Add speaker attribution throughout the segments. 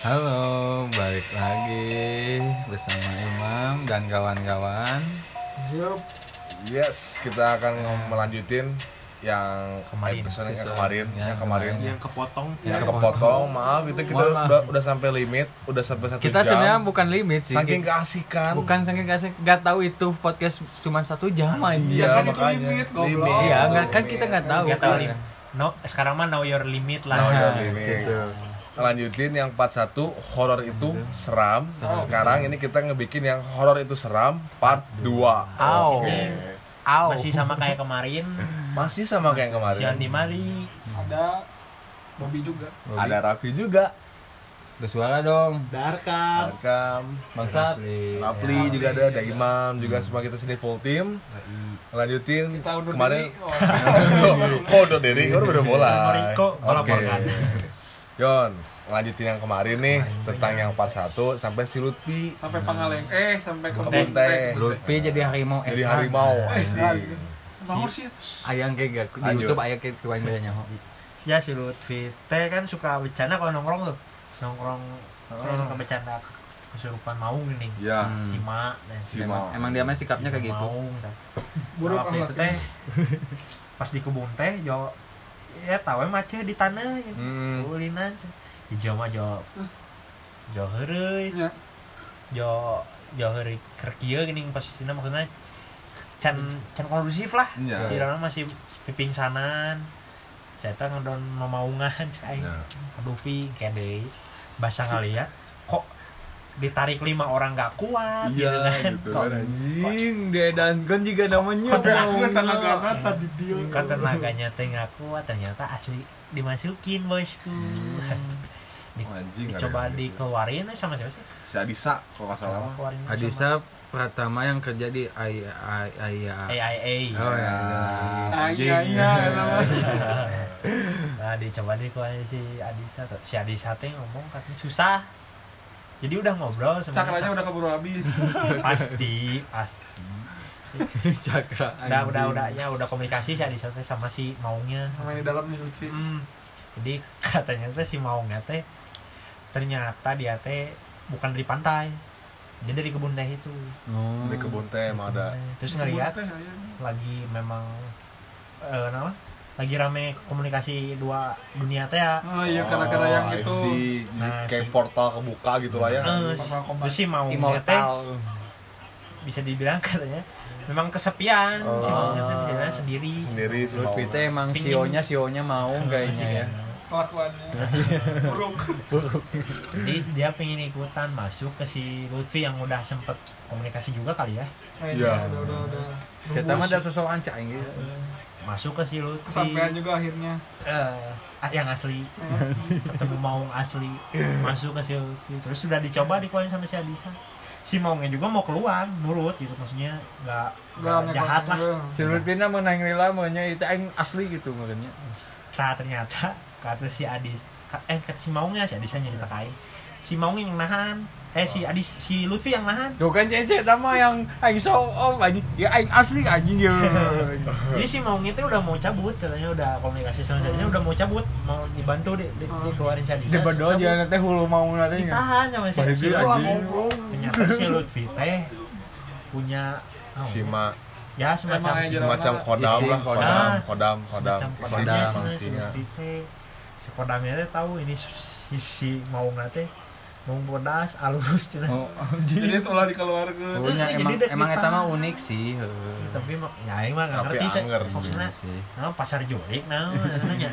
Speaker 1: Halo, balik lagi bersama Imam dan kawan-kawan.
Speaker 2: Yup. Yes, kita akan ngom- melanjutin yang
Speaker 3: Kemarin.
Speaker 2: episode yang
Speaker 1: Season
Speaker 2: kemarin,
Speaker 1: yang
Speaker 2: yang kemarin,
Speaker 1: kemarin.
Speaker 3: yang kepotong
Speaker 2: yang
Speaker 1: Yang
Speaker 2: kepotong. Maaf, itu kita
Speaker 1: Mohon maaf.
Speaker 2: udah udah sampai limit, udah sampai satu
Speaker 1: Kita
Speaker 2: jam.
Speaker 1: sebenarnya bukan limit sih.
Speaker 2: saking keasikan.
Speaker 1: bukan saking gak, gak tahu itu podcast cuma satu jam
Speaker 2: Iya,
Speaker 1: aja.
Speaker 3: kan itu
Speaker 2: makanya Oh,
Speaker 3: limit, goblok.
Speaker 1: Iya, nggak kan kita nggak tahu.
Speaker 3: nggak tahu lim
Speaker 1: kan.
Speaker 3: no sekarang mah know your limit lah
Speaker 2: Know your
Speaker 1: Nah,
Speaker 2: limit.
Speaker 1: gitu.
Speaker 2: Lanjutin yang part 1 horor itu seram.
Speaker 1: Seram.
Speaker 2: Sekarang ini kita ngebikin yang horor itu seram part 2.
Speaker 1: Au. Au.
Speaker 3: masih sama kayak kemarin
Speaker 2: Masih sama kayak yang
Speaker 3: si Andi
Speaker 2: kemarin.
Speaker 3: Mali
Speaker 4: ada Bobby juga
Speaker 1: Bobi,
Speaker 2: Ada Raffi juga.
Speaker 1: bersuara dong.
Speaker 3: Ah.
Speaker 4: Darka
Speaker 2: Rekam.
Speaker 1: Bangsat.
Speaker 2: Rapli juga ada, ada Imam juga semua kita sini full team. Lanjutin
Speaker 4: kita undur
Speaker 2: kemarin
Speaker 4: diri. Oh,
Speaker 2: oh, udah diri kan udah mulai.
Speaker 3: Sama Riko, melaporkan.
Speaker 2: Yon, lanjutin yang kemarin nih tentang yang part 1 sampai si Lutfi
Speaker 4: sampai Pangaleng eh sampai ke
Speaker 2: Kebun teh.
Speaker 1: Lutfi jadi harimau
Speaker 2: jadi
Speaker 1: Esa.
Speaker 2: harimau asik.
Speaker 4: Bangor sih
Speaker 1: Ayang kayak gak- di
Speaker 2: Lanjut.
Speaker 1: YouTube ayang kayak kuain bedanya ho.
Speaker 3: ya si Lutfi teh kan suka bercanda kalau nongkrong tuh nongkrong terus suka bercanda kesurupan maung nih
Speaker 2: Ya,
Speaker 3: Ah, si Ma dan
Speaker 2: Si Mau.
Speaker 1: Hmm. Emang dia mah sikapnya kayak gitu.
Speaker 3: Maung, tah.
Speaker 4: buruk
Speaker 3: waktu itu teh
Speaker 4: akhlaknya
Speaker 3: pas di kebun teh jo ya tahu macet di tanah gitu.
Speaker 2: Hmm.
Speaker 3: ulinan hijau mah jo jo heureuy
Speaker 4: Ya.
Speaker 3: jo jo heureuy keur kieu gini posisina maksudnya can can kondusif lah
Speaker 2: Ya.
Speaker 3: si Rama masih pipingsanan cerita ngedon mamaungan cek aing
Speaker 2: Ya.
Speaker 3: aduh pi kende basah ngaliat kok ditarik lima orang gak kuat
Speaker 2: Iya gitu
Speaker 3: gitu
Speaker 2: kan.
Speaker 3: kan
Speaker 1: Anjing, dia dan kan juga namanya.
Speaker 4: tapi aku kan tanah karena tadi dia
Speaker 3: kan tenaganya teh gak kuat ternyata asli dimasukin bosku Di-
Speaker 2: Anjing, ada
Speaker 3: dicoba
Speaker 2: yang gitu.
Speaker 3: dikeluarin eh, sama siapa sih
Speaker 2: Si Adisa kalau nggak salah mah.
Speaker 3: Keluarin sama-
Speaker 1: Adisa Pratama yang kerja di AI AI AI.
Speaker 3: AIA
Speaker 1: Oh ya.
Speaker 2: Anjing.
Speaker 4: Ayah, iya, namanya.
Speaker 3: nah dicoba deh keluarin si Adisa tuh si Adisa teh ngomong katanya susah jadi udah ngobrol sama
Speaker 4: cakranya udah keburu habis
Speaker 3: pasti pasti
Speaker 1: Cakra.
Speaker 3: udah
Speaker 1: anjing.
Speaker 3: udah udah ya udah komunikasi si Adisa teh sama si maunya
Speaker 4: sama yang di dalam nih Lutfi
Speaker 3: Hmm. Jadi katanya teh si Maungnya teh ternyata dia teh bukan dari pantai. Dia dari kebun teh itu.
Speaker 1: Oh.
Speaker 2: Di kebun teh emang ada.
Speaker 3: Kebun teh. Terus
Speaker 4: Kebun
Speaker 3: ngeliat
Speaker 4: teh, iya. ayah.
Speaker 3: lagi memang eh nama lagi rame komunikasi dua dunia teh ya.
Speaker 4: oh iya karena-karena yang
Speaker 2: Oh, I
Speaker 4: itu
Speaker 2: see. Jadi
Speaker 3: Nah,
Speaker 2: kayak
Speaker 3: si-
Speaker 2: portal kebuka gitu lah ya.
Speaker 3: Eh, si-
Speaker 4: Papa Kompas.
Speaker 3: terus si Maungnya teh
Speaker 1: Immortal.
Speaker 3: bisa dibilang katanya memang kesepian
Speaker 1: Oh.
Speaker 3: si Maungnya teh misalnya sendiri. Nah,
Speaker 2: Sendiri si Mau.
Speaker 1: Lutfi teh emang
Speaker 3: Pingin.
Speaker 1: sionya sionya mau kayaknya ya.
Speaker 3: kan.
Speaker 4: kelakuannya buruk
Speaker 3: Jadi dia pengen ikutan masuk ke si Lutfi yang udah sempet komunikasi juga kali ya.
Speaker 4: Eh,
Speaker 2: Iya.
Speaker 4: udah udah udah
Speaker 1: Saya tahu ada sesuatu ancak gitu.
Speaker 3: Masuk ke si Lutfi.
Speaker 4: kesampean juga akhirnya
Speaker 3: eh yang asli
Speaker 4: Eh,
Speaker 3: ketemu maung asli masuk ke Silvi terus sudah dicoba dikeluarin sama si Adisa si maungnya juga mau keluar nurut gitu maksudnya nggak nggak
Speaker 4: nggak
Speaker 3: jahat lah
Speaker 4: ngekomen
Speaker 1: Si Lutfi na menang lila maunya itu aing asli gitu makanya.
Speaker 3: nah ternyata kata si Adis ka- eh kata si maungnya si Adisa nyerita kai si maung yang nahan eh si Adis si Lutfi yang nahan
Speaker 1: Tuh kan cece sama yang aing so om anjing. Ya aing asli anjing ya.
Speaker 3: jadi si maungnya itu udah mau cabut katanya udah komunikasi sama si Adisa udah mau cabut mau dibantu di, di, dikeluarin si Adisa
Speaker 1: Dia berdoa
Speaker 3: cabut.
Speaker 1: jalan teh hulu mau nanti.
Speaker 3: ditahan sama si
Speaker 1: Balik
Speaker 3: Adisa
Speaker 1: dia, anjing.
Speaker 3: ternyata si Lutfi teh punya oh,
Speaker 2: Si Ma.
Speaker 3: ya semacam
Speaker 4: Emang aja.
Speaker 2: semacam kodam
Speaker 1: Isi
Speaker 2: lah kodam
Speaker 3: kodam.
Speaker 2: kodam kodam
Speaker 3: semacam
Speaker 2: Isi
Speaker 3: kodamnya
Speaker 1: kodam,
Speaker 3: cina,
Speaker 2: isinya.
Speaker 3: si teh si kodamnya teh tahu ini si, si mau nggak teh mau bodas alus cina
Speaker 1: Oh,
Speaker 4: jadi itu lah dikeluarkan
Speaker 1: Punya
Speaker 3: Jadi
Speaker 1: emang
Speaker 3: dia
Speaker 1: emang eta
Speaker 3: ditahan.
Speaker 1: mah unik sih. heuh.
Speaker 3: tapi mah ya emang nggak
Speaker 2: Tapi
Speaker 3: ngerti sih
Speaker 2: anger.
Speaker 3: maksudnya
Speaker 1: Iya sih.
Speaker 3: nah, pasar jurik nah nanya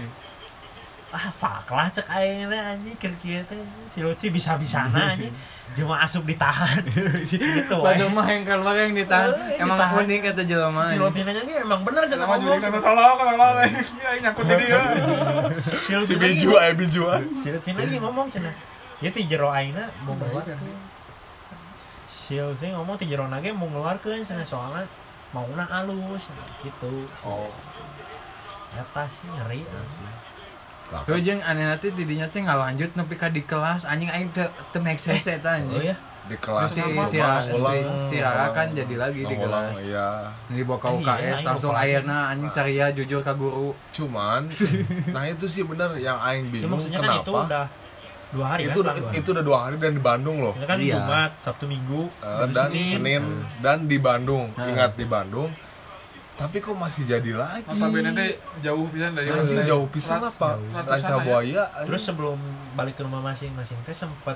Speaker 3: ah fuck lah cek aing teh anjing kira-kira teh si Lutfi bisa-bisana anjing cuma asup ditahan gitu weh.
Speaker 1: Padahal mah yang keluar yang ditahan
Speaker 3: Eh,
Speaker 1: emang
Speaker 3: ditahan.
Speaker 1: unik kata jelema.
Speaker 3: si Lutfi nanya "Ini emang bener cek
Speaker 4: Sama
Speaker 3: ngomong
Speaker 4: juri karena tolong, tolong, ya nyangkut di dia.
Speaker 3: si
Speaker 2: si
Speaker 3: Lutfi nanya,
Speaker 2: biju eh biju ah.
Speaker 3: si Lutfi lagi ngomong cina ya ti jero aina mau bawa si Lutfi ngomong ti jero nage mau ngeluarkeun cina soalnya mau na alus cenah. gitu
Speaker 2: oh
Speaker 3: nyata sih ngeri
Speaker 2: Iya
Speaker 1: Tuh jeung aneh nanti didinya teh ngalanjut nepi ka di kelas anjing aing teu teu make sense eta
Speaker 3: oh
Speaker 1: anjing.
Speaker 3: ya
Speaker 2: di kelas
Speaker 1: Si-
Speaker 2: ulang,
Speaker 1: si Rara-
Speaker 2: ulang,
Speaker 1: si- si
Speaker 2: ulang,
Speaker 1: Rara kan jadi lagi di
Speaker 2: ulang,
Speaker 1: kelas.
Speaker 2: iya
Speaker 1: Dibawa ka
Speaker 3: Eh, iya,
Speaker 1: UKS
Speaker 3: aing
Speaker 1: langsung
Speaker 3: lupa.
Speaker 1: ayeuna anjing saria jujur ka guru.
Speaker 2: cuman nah itu sih bener yang aing
Speaker 3: ya
Speaker 2: bingung
Speaker 3: maksudnya kan itu
Speaker 2: kenapa
Speaker 3: udah dua hari
Speaker 2: itu
Speaker 3: kan?
Speaker 2: itu,
Speaker 3: Dua hari.
Speaker 2: itu udah dua hari dan di Bandung loh
Speaker 3: Kita kan
Speaker 1: Iya.
Speaker 3: Jumat, Sabtu, Minggu,
Speaker 2: Eh,
Speaker 3: Minggu,
Speaker 2: dan Senin dan di Bandung
Speaker 1: Nah.
Speaker 2: ingat di Bandung tapi kok masih jadi lagi
Speaker 4: Apa teh jauh pisan dari
Speaker 2: anjing
Speaker 4: Bandung.
Speaker 2: jauh pisan
Speaker 4: Serat-
Speaker 2: apa
Speaker 4: seratusan
Speaker 2: Ranca
Speaker 4: aja.
Speaker 2: Buaya
Speaker 3: Terus sebelum balik ke rumah masing-masing teh sempat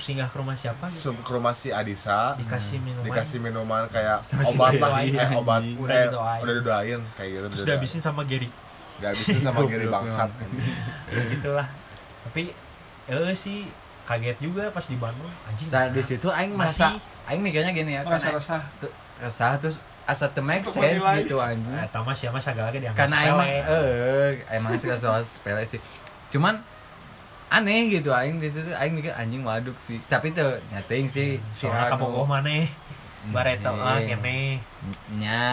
Speaker 3: singgah ke rumah siapa gitu?
Speaker 2: ke rumah si Adisa
Speaker 3: Dikasih minuman.
Speaker 2: Hmm, dikasih minuman kayak
Speaker 1: Sama si
Speaker 2: obat lah
Speaker 3: didoain,
Speaker 2: eh obat
Speaker 3: anjing. Udah
Speaker 2: eh,
Speaker 3: didoain.
Speaker 2: udah didoain kayak gitu
Speaker 3: Terus
Speaker 2: didoain.
Speaker 3: dihabisin sama Gary.
Speaker 2: dihabisin sama
Speaker 3: ya.
Speaker 2: Gary
Speaker 1: Goblok
Speaker 2: bangsat anjing.
Speaker 3: Gitulah. Tapi eh sih kaget juga pas di Bandung. Anjing.
Speaker 1: Nah, di situ aing
Speaker 3: Masih. Oh,
Speaker 1: masa aing mikirnya gini ya, kan
Speaker 4: Merasa resah.
Speaker 1: aing resah terus asa teu make
Speaker 4: Untuk
Speaker 1: sense
Speaker 4: menilai.
Speaker 1: gitu anjing.
Speaker 3: Nah, Tama siapa segala lagi dianggap
Speaker 1: karena emang
Speaker 3: Ah, sepele.
Speaker 1: eh emang suka soal sepele sih cuman aneh gitu aing di situ aing mikir anjing waduk sih tapi tuh nyating sih si
Speaker 3: Hmm, soalnya
Speaker 1: Rano.
Speaker 3: kamu gue mana? Bareto
Speaker 1: Hmm,
Speaker 3: ah
Speaker 1: iya.
Speaker 3: kene.
Speaker 1: nya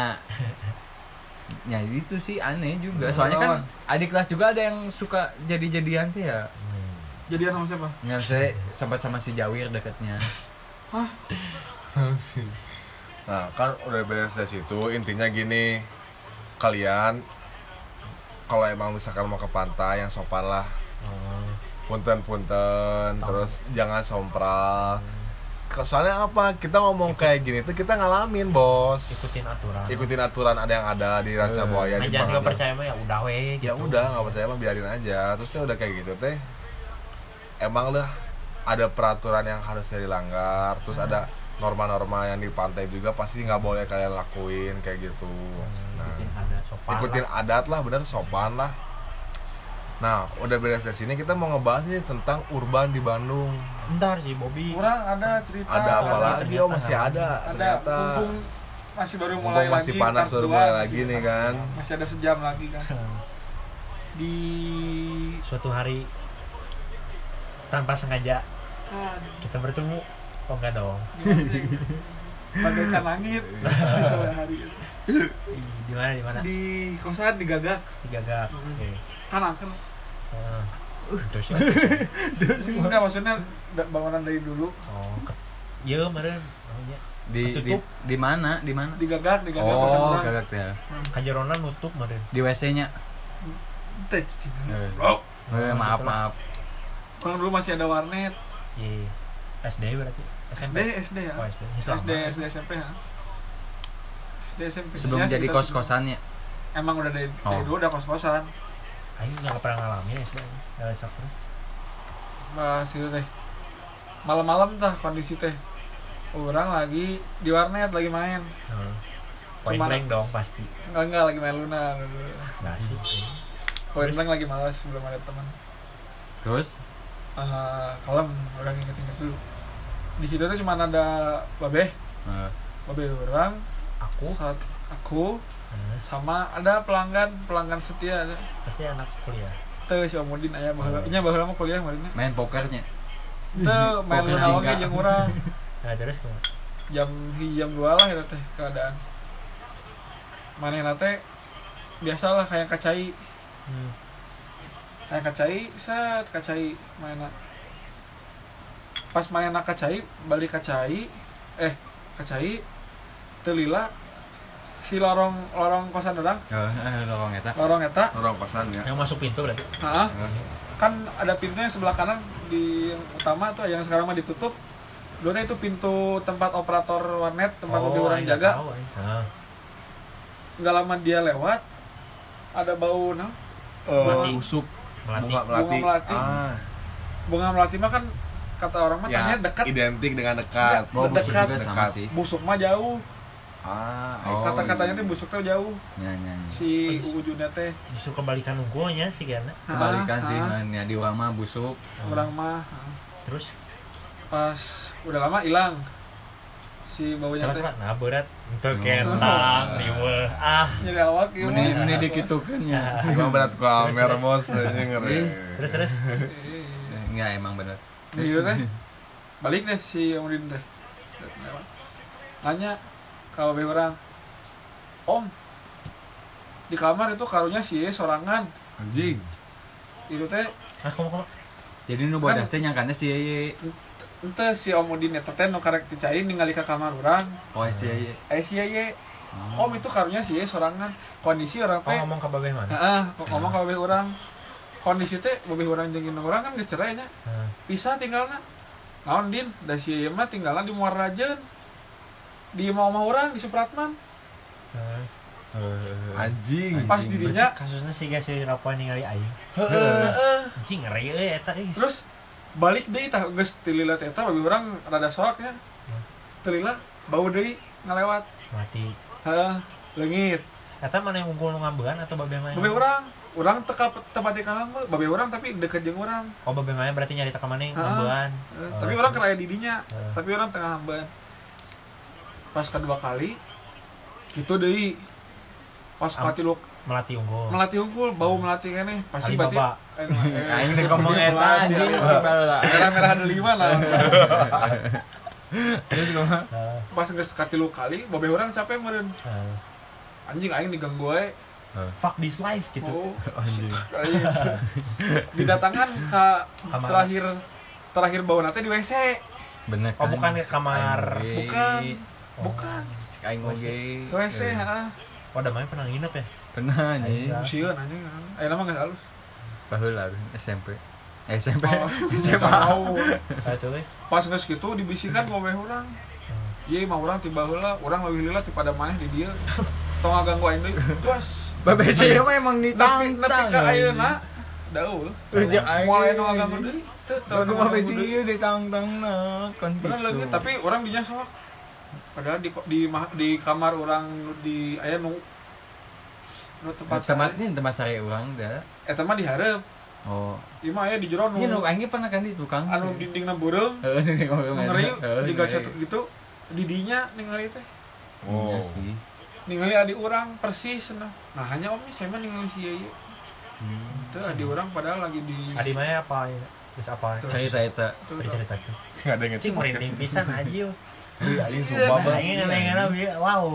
Speaker 1: nya itu sih aneh juga soalnya kan
Speaker 4: Lawan.
Speaker 1: adik kelas juga ada yang suka jadi jadian tuh ya
Speaker 4: Jadian sama siapa?
Speaker 1: nggak saya sempat sama si Jawir deketnya
Speaker 2: nah kan udah beres dari situ intinya gini kalian kalau emang misalkan mau ke pantai yang sopan lah
Speaker 3: Oh,
Speaker 2: punten-punten terus jangan
Speaker 3: Hmm.
Speaker 2: sompral Ke- soalnya apa kita ngomong kayak gini tuh kita ngalamin bos
Speaker 3: ikutin aturan.
Speaker 2: ikutin aturan ada yang ada di Ranca
Speaker 1: Eh,
Speaker 2: Buaya
Speaker 3: Nah,
Speaker 2: di
Speaker 3: jangan nggak
Speaker 2: Bandung.
Speaker 3: percaya mah ya udah weh gitu.
Speaker 2: ya udah nggak percaya mah biarin aja terus ya udah kayak gitu teh emang lah ada peraturan yang harus dilanggar terus ada norma-norma yang di pantai juga pasti nggak boleh kalian lakuin kayak gitu nah,
Speaker 3: Ikutin ada sopan.
Speaker 2: ikutin adat lah bener sopan lah nah udah beres dari sini kita mau ngebahas nih tentang urban di Bandung
Speaker 3: lah. Ntar sih Bobby.
Speaker 4: Kurang ada cerita.
Speaker 2: ada apa lagi oh
Speaker 3: ternyata
Speaker 2: masih ada
Speaker 4: Ada
Speaker 2: ternyata
Speaker 4: mumpung masih baru
Speaker 2: Mumpung
Speaker 4: mulai
Speaker 2: masih
Speaker 4: lagi.
Speaker 2: panas
Speaker 4: part
Speaker 2: baru
Speaker 4: dua, gitu.
Speaker 2: mulai
Speaker 4: masih-
Speaker 2: lagi nih kan
Speaker 4: Masih ada sejam lagi kan. Di
Speaker 3: Suatu hari tanpa sengaja
Speaker 4: Ah,
Speaker 3: kita bertemu. Oh enggak dong.
Speaker 4: gimana sih? bagaikan langit Sore hari itu.
Speaker 3: Ih, Di mana di mana?
Speaker 4: di kosan di Uh. gagak
Speaker 3: Di gagak. Oke.
Speaker 4: kan angker
Speaker 3: Nah, Terus ya.
Speaker 4: enggak maksudnya da- bangunan dari dulu
Speaker 3: Oh, ke- Iya, meren. Namanya
Speaker 1: di di,
Speaker 3: Ketutup.
Speaker 1: di mana di mana
Speaker 4: di gagak di gagak kosan
Speaker 1: oh
Speaker 4: orang
Speaker 1: gagak ya
Speaker 3: Kajerona nutup meren.
Speaker 1: di WC nya
Speaker 4: Teh, cicing.
Speaker 1: Eh,
Speaker 2: Oh.
Speaker 1: eh,
Speaker 3: Nah,
Speaker 1: maaf maaf
Speaker 4: Kalau dulu masih ada warnet
Speaker 3: Iya. SD berarti.
Speaker 4: SD SD ya
Speaker 3: Oh, SD.
Speaker 4: SD
Speaker 3: Sama.
Speaker 4: SD SMP ya SD SMP
Speaker 1: sebelum
Speaker 4: Ya,
Speaker 1: jadi
Speaker 4: sekitar
Speaker 1: kos kosannya
Speaker 4: situ. emang udah dari, dari
Speaker 1: Oh.
Speaker 4: dulu udah kos kosan
Speaker 3: Aing nggak pernah ngalamin SD. Eh, sok terus.
Speaker 4: mas itu teh malam-malam tah kondisi teh orang lagi di warnet lagi main
Speaker 3: Nah. Point
Speaker 4: Cuman-
Speaker 3: blank dong pasti.
Speaker 4: enggak enggak lagi main luna
Speaker 3: Nggak sih.
Speaker 4: Hmm. poin blank lagi malas belum ada teman
Speaker 1: terus
Speaker 4: Eh, kalem orang inget-inget dulu di situ tuh cuma ada babeh
Speaker 1: eh,
Speaker 4: babeh orang
Speaker 3: Aku
Speaker 1: Oh.
Speaker 4: saat aku
Speaker 3: eh,
Speaker 4: sama ada pelanggan pelanggan setia ada.
Speaker 3: pasti anak kuliah.
Speaker 4: teu si Omudin
Speaker 1: Oh.
Speaker 4: aya baheula nya baheula mah kuliah kemarin
Speaker 1: main pokernya
Speaker 4: teu main
Speaker 1: Poker
Speaker 4: luna
Speaker 1: jingga.
Speaker 4: oge jeung urang
Speaker 3: Nah, terus ke
Speaker 4: jam hiji jam 2 lah eta teh keadaan manehna teh biasalah kayak kacai
Speaker 3: hmm.
Speaker 4: kayak kacai set kacai mainan pas mainan kacai balik kacai eh kacai telila si lorong lorong kosan orang
Speaker 1: eh dorong eta Eh,
Speaker 4: lorong eta
Speaker 2: orang kosan ya
Speaker 3: yang masuk pintu berarti.
Speaker 4: nah, kan ada pintu yang sebelah kanan di yang utama tuh yang sekarang mah ditutup dulu teh itu pintu tempat operator warnet tempat lebih orang
Speaker 3: Aing nggak
Speaker 4: jaga
Speaker 3: Oh, iya, tahu, Aing. Nah,
Speaker 4: nggak lama dia lewat ada bau nah
Speaker 2: Eh,
Speaker 3: Melati.
Speaker 2: busuk
Speaker 3: melatih.
Speaker 2: bunga melati,
Speaker 4: Bunga melati.
Speaker 2: Ah,
Speaker 4: bunga melati mah kan kata orang mah
Speaker 2: ya
Speaker 4: tanya dekat
Speaker 2: identik dengan dekat
Speaker 1: Oh, busuk
Speaker 4: Dekat,
Speaker 1: juga sama
Speaker 2: dekat.
Speaker 1: sih.
Speaker 4: busuk mah jauh
Speaker 2: ah
Speaker 1: Oh,
Speaker 4: kata-katanya tuh busuk teh jauh
Speaker 1: Ya, ya, ya.
Speaker 4: si ujungnya teh
Speaker 3: Justru kebalikan unggulnya sih kayaknya.
Speaker 1: Kebalikan
Speaker 4: Ah,
Speaker 1: sih,
Speaker 4: ah,
Speaker 1: nah, ya, di Wama busuk.
Speaker 4: orang mah ah.
Speaker 3: Terus
Speaker 4: pas udah lama hilang si baunya
Speaker 3: terus
Speaker 4: teh
Speaker 3: Pak, nah berat
Speaker 4: Oh.
Speaker 3: untuk kentang liweh ah.
Speaker 4: jadi awak gitu
Speaker 1: Meni meni dikitukeun ya.
Speaker 2: Gua berat ku Amer
Speaker 3: Terus,
Speaker 2: bos anjing ngeri.
Speaker 1: Ih,
Speaker 3: Terus terus
Speaker 4: Iya,
Speaker 1: Enggak emang bener.
Speaker 4: Jadi gitu teh balik deh si Omudin teh Set, lewat. nanya kalau be orang om di kamar itu karunya si E sorangan
Speaker 2: Anjing.
Speaker 4: itu teh
Speaker 3: ah kamu kamu
Speaker 1: Jadi nu
Speaker 4: Kan-
Speaker 1: bodas teh nyangkanya si Yeye.
Speaker 4: ente si Omudin eta teh nu karek dicai ningali ka kamar urang
Speaker 1: Oh si Yeye.
Speaker 4: eh si ye om itu karunya si sorangan kondisi orang
Speaker 3: kau
Speaker 4: teh
Speaker 3: Oh, ngomong ke babe mana?
Speaker 4: Heeh, ngomong kalau orang kondisi teh lebih orang jengin orang kan dicerai nya
Speaker 3: Nah,
Speaker 4: pisah tinggalna naon din da si ieu mah tinggalan di Muara Rajen di mau mau orang di Supratman eh,
Speaker 3: nah.
Speaker 2: Anjing.
Speaker 4: pas didinya
Speaker 3: kasusnya sih gak sih rokok ningali aing
Speaker 2: Heeh.
Speaker 4: heeh
Speaker 3: anjing ngeri euy eta euy
Speaker 4: terus balik deh tah geus tilila teh eta bagi orang rada soaknya tilila bau deui ngalewat
Speaker 3: mati
Speaker 4: heeh leungit
Speaker 3: eta mana yang unggul nu ngambean atau babe main
Speaker 4: babe urang urang teka tempat di kahangge babe urang tapi deket jeung urang
Speaker 3: oh babe main berarti nyari teka mana yang
Speaker 4: Ah.
Speaker 3: ngambean
Speaker 4: Eh,
Speaker 3: Oh.
Speaker 4: tapi orang keraya didinya
Speaker 3: Eh.
Speaker 4: tapi orang tengah hamban pas kedua kali gitu deh pas
Speaker 3: Am-
Speaker 4: kati lu
Speaker 3: melati unggul
Speaker 4: melatih unggul bau melatih kene pasti berarti
Speaker 3: Alibaba
Speaker 4: Eh, eh,
Speaker 1: Aing teh ngomong eta anjing baheula.
Speaker 4: merah merah ada lima lah
Speaker 1: Terus kumaha?
Speaker 3: Heeh.
Speaker 4: pas nges katilu kali babe orang capek meren
Speaker 3: Heeh.
Speaker 4: anjing aing diganggu ae
Speaker 3: eh. fuck this life gitu
Speaker 4: Eh. oh, shit, aing. didatangkan ke
Speaker 3: Kamar.
Speaker 4: terakhir terakhir bau nate di wc
Speaker 1: Bener kan?
Speaker 3: Oh, bukan ke kamar.
Speaker 1: Aing oge.
Speaker 4: bukan bukan
Speaker 1: Cek aing oge.
Speaker 4: ke wc heeh
Speaker 3: oh damai pernah nginep ya
Speaker 1: Pernah anjing.
Speaker 3: Aing.
Speaker 4: sieun anjing Eh, ayeuna mah geus alus
Speaker 1: Baheula Run, SMP. Eh, SMP.
Speaker 4: Oh,
Speaker 1: SMA.
Speaker 4: tahu
Speaker 3: satu euy
Speaker 4: pas geus gitu dibisikkan ku weh urang
Speaker 3: Heeh.
Speaker 4: ieu mah urang tiba heula urang leuwih lila pada maneh di dieu tong ngaganggu aing deui bos
Speaker 1: Babe Ciro mah emang
Speaker 4: nepi nepi
Speaker 1: ditantang.
Speaker 4: ka ayeuna daul
Speaker 1: Ujak aing.
Speaker 4: moal nu ngaganggu deui teu teu
Speaker 1: Bagus Babe Ciro ditantang Kan
Speaker 4: bener leuwih
Speaker 1: gitu.
Speaker 4: tapi urang dinya sok padahal di di, ma- di kamar orang di aya nu nu tempat Eh,
Speaker 1: tempatnya tempat sare urang da.
Speaker 4: sare. eta mah dihareup
Speaker 1: Oh.
Speaker 4: ieu mah aya di jero nu
Speaker 1: Ini nu aing pernah kan di tukang.
Speaker 4: anu dindingna beureum
Speaker 1: Heeh, ini
Speaker 4: nu
Speaker 1: ngomong.
Speaker 4: ngeri
Speaker 1: Iya, Heeh,
Speaker 4: digacet
Speaker 1: ngeri.
Speaker 4: gitu didinya ningali teh
Speaker 1: Iya
Speaker 2: Wow.
Speaker 1: sih.
Speaker 4: ningali adik orang persis nah, nah hanya om saya mah ningali si Yeye
Speaker 1: Hmm.
Speaker 4: itu adik orang padahal lagi di
Speaker 3: adi mah apa ya? terus apa
Speaker 4: Terus.
Speaker 1: Cerita eta.
Speaker 4: Tuh,
Speaker 3: diceritakan
Speaker 2: Enggak ada yang
Speaker 3: cing merinding pisan aja yuk
Speaker 2: Ngeri anjing sumpah Bang.
Speaker 3: aing
Speaker 1: Iya.
Speaker 3: ngene-ngene bieu. wow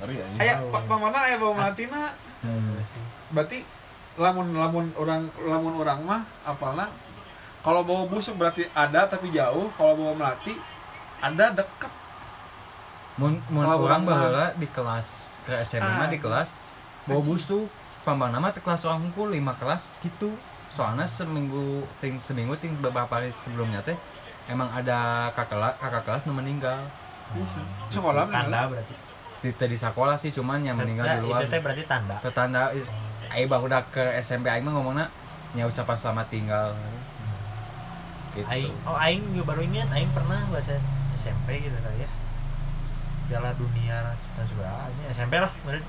Speaker 2: Ngeri anjing.
Speaker 4: aya
Speaker 1: Oh.
Speaker 4: pak pamana aya bawa melatina
Speaker 1: Hmm.
Speaker 4: berarti lamun lamun orang lamun orang mah apalah kalau bawa busuk berarti ada tapi jauh kalau bawa melati ada deket
Speaker 1: Mun mun
Speaker 4: Kalau
Speaker 1: urang
Speaker 4: urang mah-
Speaker 1: baheula di kelas ke SMA mah di kelas bawa busuk. Pambang nama teh kelas urang hungkul lima kelas gitu. Soalnya seminggu ting seminggu ting beberapa hari sebelumnya teh emang ada kakak kela- kakak kelas nu meninggal Hmm.
Speaker 4: sekolah
Speaker 3: tanda
Speaker 4: meninggal
Speaker 3: berarti
Speaker 1: di teh di sekolah sih cuman yang meninggal di
Speaker 3: Nah,
Speaker 1: luar
Speaker 3: itu teh berarti tanda
Speaker 1: tetanda is- aing baru udah ke SMP aing mah ngomongna nya ucapan selamat tinggal gitu
Speaker 3: aing oh aing juga baru ingat aing pernah bahasa SMP gitu lah ya Piala Dunia dan segala ini SMP lah kemudian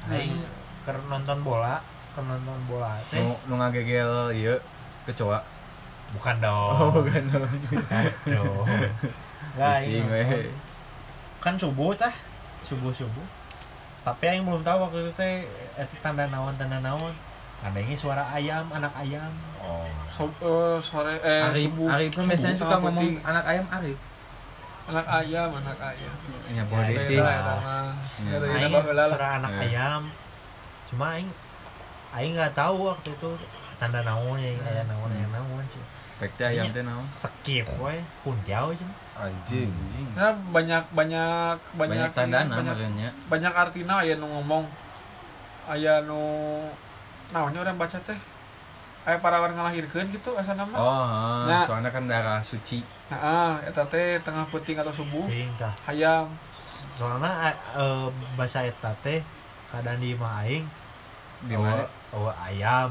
Speaker 1: Hmm.
Speaker 3: aing ke nonton bola ke nonton bola teh
Speaker 1: nu nu ngagegel ieu kecoa
Speaker 3: bukan dong
Speaker 1: oh bukan dong
Speaker 3: Aduh. Nggak,
Speaker 1: pusing
Speaker 3: aing
Speaker 1: we
Speaker 3: nonton. kan subuh tah subuh subuh tapi aing belum tahu waktu itu teh itu tanda naon tanda naon ada yang suara ayam anak ayam
Speaker 2: Oh.
Speaker 4: So- eh, sore eh
Speaker 1: Arif
Speaker 4: subuh
Speaker 1: Arif tuh
Speaker 4: subuh
Speaker 1: biasanya suka
Speaker 4: sama
Speaker 1: ngomong
Speaker 4: putih.
Speaker 1: anak ayam Arif
Speaker 4: anak ayam anak ayam
Speaker 1: nya
Speaker 3: Ada
Speaker 1: boleh
Speaker 3: yang
Speaker 1: sih
Speaker 3: lain.
Speaker 1: Iya.
Speaker 3: aing
Speaker 4: Ada
Speaker 3: suara anak
Speaker 1: Iya.
Speaker 3: ayam cuma aing aing nggak tahu waktu itu tanda naon ya ayam naon ayam naon cuy.
Speaker 1: pek teh ayam teh naon
Speaker 3: skip we puntiau cuma
Speaker 2: Anjing.
Speaker 4: Ya, banyak banyak banyak
Speaker 1: banyak tandana
Speaker 4: banyak
Speaker 1: makanya
Speaker 4: banyak artina aya nu ngomong aya nu naonnya orang baca teh aya parawan ngalahirkeun gitu asa nama
Speaker 1: oh
Speaker 4: Nah.
Speaker 1: soalnya kan darah suci
Speaker 4: nah ah, eta teh tengah penting atau subuh
Speaker 3: ting tah
Speaker 4: hayam
Speaker 3: soalnya eh, bahasa eta teh kadang di imah aing
Speaker 1: di mana
Speaker 3: eueuh ayam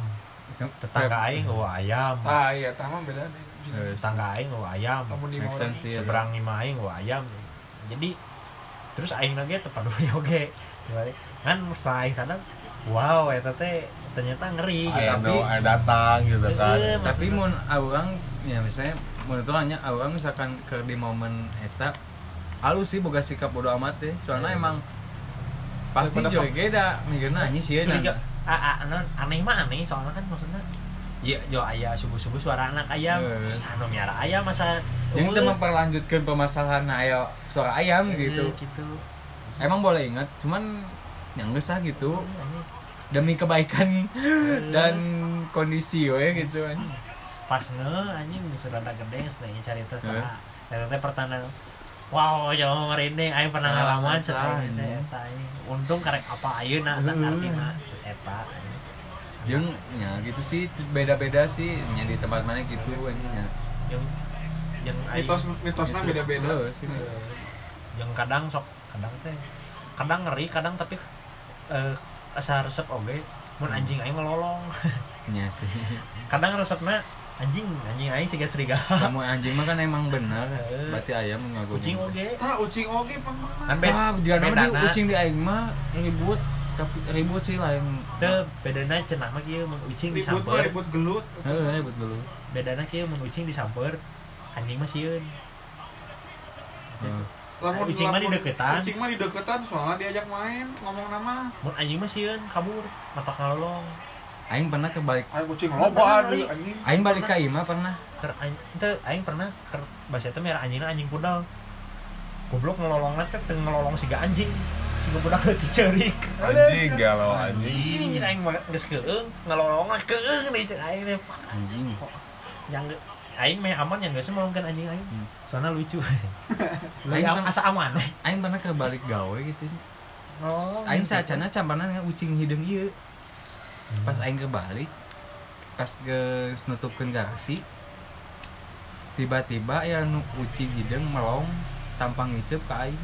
Speaker 3: Oh, tetangga aing eueuh ayam
Speaker 4: ah iya eta mah beda deh
Speaker 1: Eh,
Speaker 3: tetangga aing eueuh ayam
Speaker 4: lamun di
Speaker 1: make
Speaker 4: mah
Speaker 1: sense sih ya.
Speaker 3: seberang imah aing eueuh ayam jadi terus aing lagi tepat dulu oge Dibalik. kan setelah aing sadar wow eta teh ternyata ngeri
Speaker 2: Ada
Speaker 3: gitu
Speaker 2: no- ada datang gitu kan.
Speaker 3: Iya, maksudnya.
Speaker 1: tapi mun orang ya misalnya mun itu hanya orang misalkan ke di momen eta alus sih boga sikap bodo amat deh soalnya emang pasti
Speaker 4: Daripada
Speaker 1: joy geda mikirna anjing sih ya
Speaker 3: curiga a- a- non- aneh mah aneh soalnya kan maksudnya ya jo ayah subuh subuh suara anak ayam
Speaker 1: Heeh.
Speaker 3: terus anu miara ayam masa
Speaker 1: yang itu
Speaker 3: unggul.
Speaker 1: memperlanjutkan permasalahan ayo suara ayam
Speaker 3: Iya,
Speaker 1: gitu
Speaker 3: gitu
Speaker 1: emang boleh ingat cuman yang gesah gitu
Speaker 3: Aneh.
Speaker 1: demi kebaikan dan kondisi we gitu kan
Speaker 3: pas nge eh, anjing bisa rada gede sebenarnya cari tas eta teh pertanda wow jauh merinding aing pernah
Speaker 1: Ah,
Speaker 3: ngalaman
Speaker 1: tah,
Speaker 3: cenah
Speaker 1: anjing.
Speaker 3: eta anjing untung karek apa ayeuna tan
Speaker 1: Heeh.
Speaker 3: arti mah eta anjing.
Speaker 1: jeung nya gitu sih beda-beda sih nya di tempat mana gitu nya
Speaker 3: yang yang aing-
Speaker 4: mitos mitosnya
Speaker 1: Gitu.
Speaker 4: beda-beda
Speaker 1: Heeh, sih.
Speaker 3: yang kadang sok kadang teh kadang ngeri kadang tapi eh asa resep oge mun anjing aing melolong
Speaker 1: nya Iya sih
Speaker 3: kadang resepna anjing anjing aing siga serigala
Speaker 1: kamu anjing mah kan emang bener berarti ayam ngaku
Speaker 3: kucing oge
Speaker 4: tak ucing oge pamang
Speaker 3: kan be
Speaker 1: ah dia nama di
Speaker 3: bedana.
Speaker 1: kucing di aing mah ribut tapi ribut sih lain
Speaker 3: teu bedana cenah mah kieu mun ucing
Speaker 4: ribut mah
Speaker 3: disamper
Speaker 4: ribut gelut
Speaker 1: heeh Eh, ribut dulu
Speaker 3: bedana kieu mun ucing disamper anjing mah sieun
Speaker 1: Heeh.
Speaker 4: lamun
Speaker 3: Ucing mah di
Speaker 4: lamun-
Speaker 3: deketan.
Speaker 4: ucing mah di deketan soalnya diajak main ngomong nama
Speaker 3: mun anjing mah sieun kabur matak ngalolong
Speaker 1: aing pernah kebalik
Speaker 4: ayo kucing loba aduh anjing
Speaker 1: aing balik ke imah pernah
Speaker 3: Ker, aing, teu, aing pernah ker, bahasa itu merah anjingnya anjing pudal goblok ngelolong nanti teu ngelolong siga anjing siga budak leutik ceurik
Speaker 2: anjing galau anjing
Speaker 3: anjing ini aing mah geus keung ngelolong keung deui cek aing teh.
Speaker 1: anjing
Speaker 3: yang ge- aing mah aman yang geus melongkeun anjing aing
Speaker 1: Hmm.
Speaker 3: soalnya lucu
Speaker 1: Aing
Speaker 3: aing am,
Speaker 1: kan-
Speaker 3: asa aman we.
Speaker 1: aing pernah kebalik gawe gitu
Speaker 3: Ngelolong
Speaker 1: aing
Speaker 3: gitu.
Speaker 1: saacana cambaran nge ucing hideung ieu
Speaker 3: Hmm.
Speaker 1: pas aing kebalik pas geus nutupkeun garasi tiba-tiba ya nu ucing hideung melong tampang ngiceup ka aing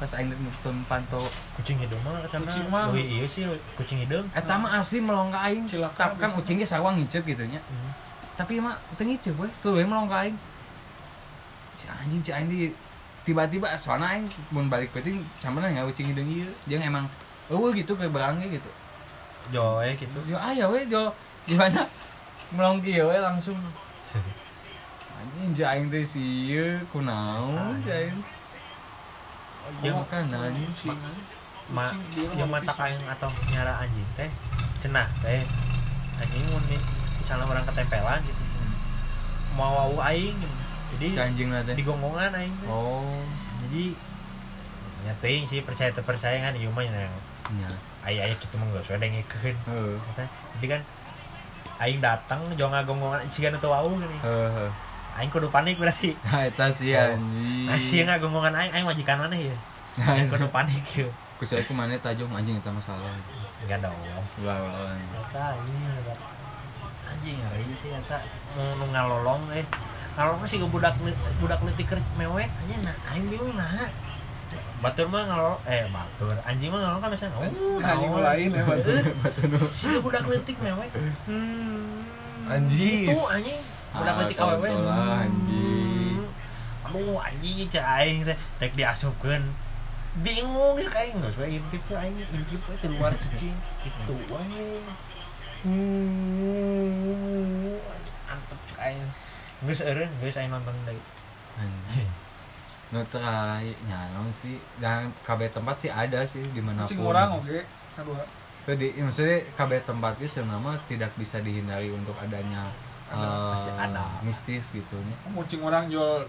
Speaker 1: pas aing nutupkeun panto
Speaker 3: kucing hidung mah cenah
Speaker 4: Kucing mah.
Speaker 3: doi ieu sih kucing hidung
Speaker 1: eta eh, mah asli melong ka aing
Speaker 4: Cilaka
Speaker 1: Tap, kan
Speaker 4: bisa.
Speaker 1: ucing ge sawang ngiceup gitu nya
Speaker 3: Hmm.
Speaker 1: tapi mah teu ngiceup we tuluy we melong ka aing si anjing si aing di tiba-tiba soalnya aing mun balik penting cambaran nggak ucing hideung ieu jeung emang eueuh gitu ke belakangnya gitu
Speaker 3: joe gitu
Speaker 1: yo ayah we yo gimana melongki ya we langsung anjing jaing teh si ieu kunaon jaing
Speaker 3: Yang-
Speaker 1: yang makanan
Speaker 4: Ucing,
Speaker 3: ma
Speaker 4: Kucing gila,
Speaker 3: yang
Speaker 4: mau
Speaker 3: mata
Speaker 4: pisah.
Speaker 3: kain atau nyara anjing teh cenah teh anjing mun mi- misalnya orang ketempelan gitu mau wau aing gitu.
Speaker 1: si
Speaker 3: jadi
Speaker 1: anjing lah teh
Speaker 3: digonggongan aing teh.
Speaker 1: oh
Speaker 3: jadi nya teuing sih percaya terpercaya kan ieu mah yang
Speaker 1: nya
Speaker 3: aya aya kitu mah geus we dengekeun
Speaker 1: heuh
Speaker 3: Eta, jadi kan aing datang jeung ngagonggongan siga nu teu wau gini
Speaker 1: heuh
Speaker 3: aing kudu panik berarti
Speaker 1: ha eta si
Speaker 3: Oh.
Speaker 1: anjing
Speaker 3: Masih ngagonggongan aing, aing majikan mana ya? Aing kudu panik ya.
Speaker 1: Kusai ku mana tajam anjing eta masalah.
Speaker 3: Enggak dong.
Speaker 1: Ulah ulah.
Speaker 3: Eta ini ada anjing ngeri sih eta mau nu ngalolong eh ngalolong sih ke budak le- budak leutik keur mewek aja nah aing bingung nah batur mah ngalolong eh batur anjing mah ngalolong kan biasanya "Oh, ngau
Speaker 4: anjing
Speaker 3: ngau.
Speaker 4: lain eh, ya batu
Speaker 3: si ke budak leutik mewek hmm
Speaker 2: Anjis.
Speaker 3: itu anjing budak
Speaker 1: Ah,
Speaker 3: leutik awewe
Speaker 1: tolol, anjing.
Speaker 3: Hmm. aduh anjing cai aing teh rek diasupkeun bingung sih kayak nggak suka intip tuh aing intip itu luar kucing gitu anjing hmm antep cek aing Nggak seeren, nggak saya nonton dari
Speaker 1: Anjing. Nu terakhir nya naon sih? Dan kabeh tempat sih ada sih dimanapun.
Speaker 4: kucing orang oke Aduh,
Speaker 1: Jadi ya, Eh, maksudnya KB tempat itu selama tidak bisa dihindari untuk adanya eh,
Speaker 3: pasti ada.
Speaker 1: mistis gitu nya.
Speaker 4: kucing orang jual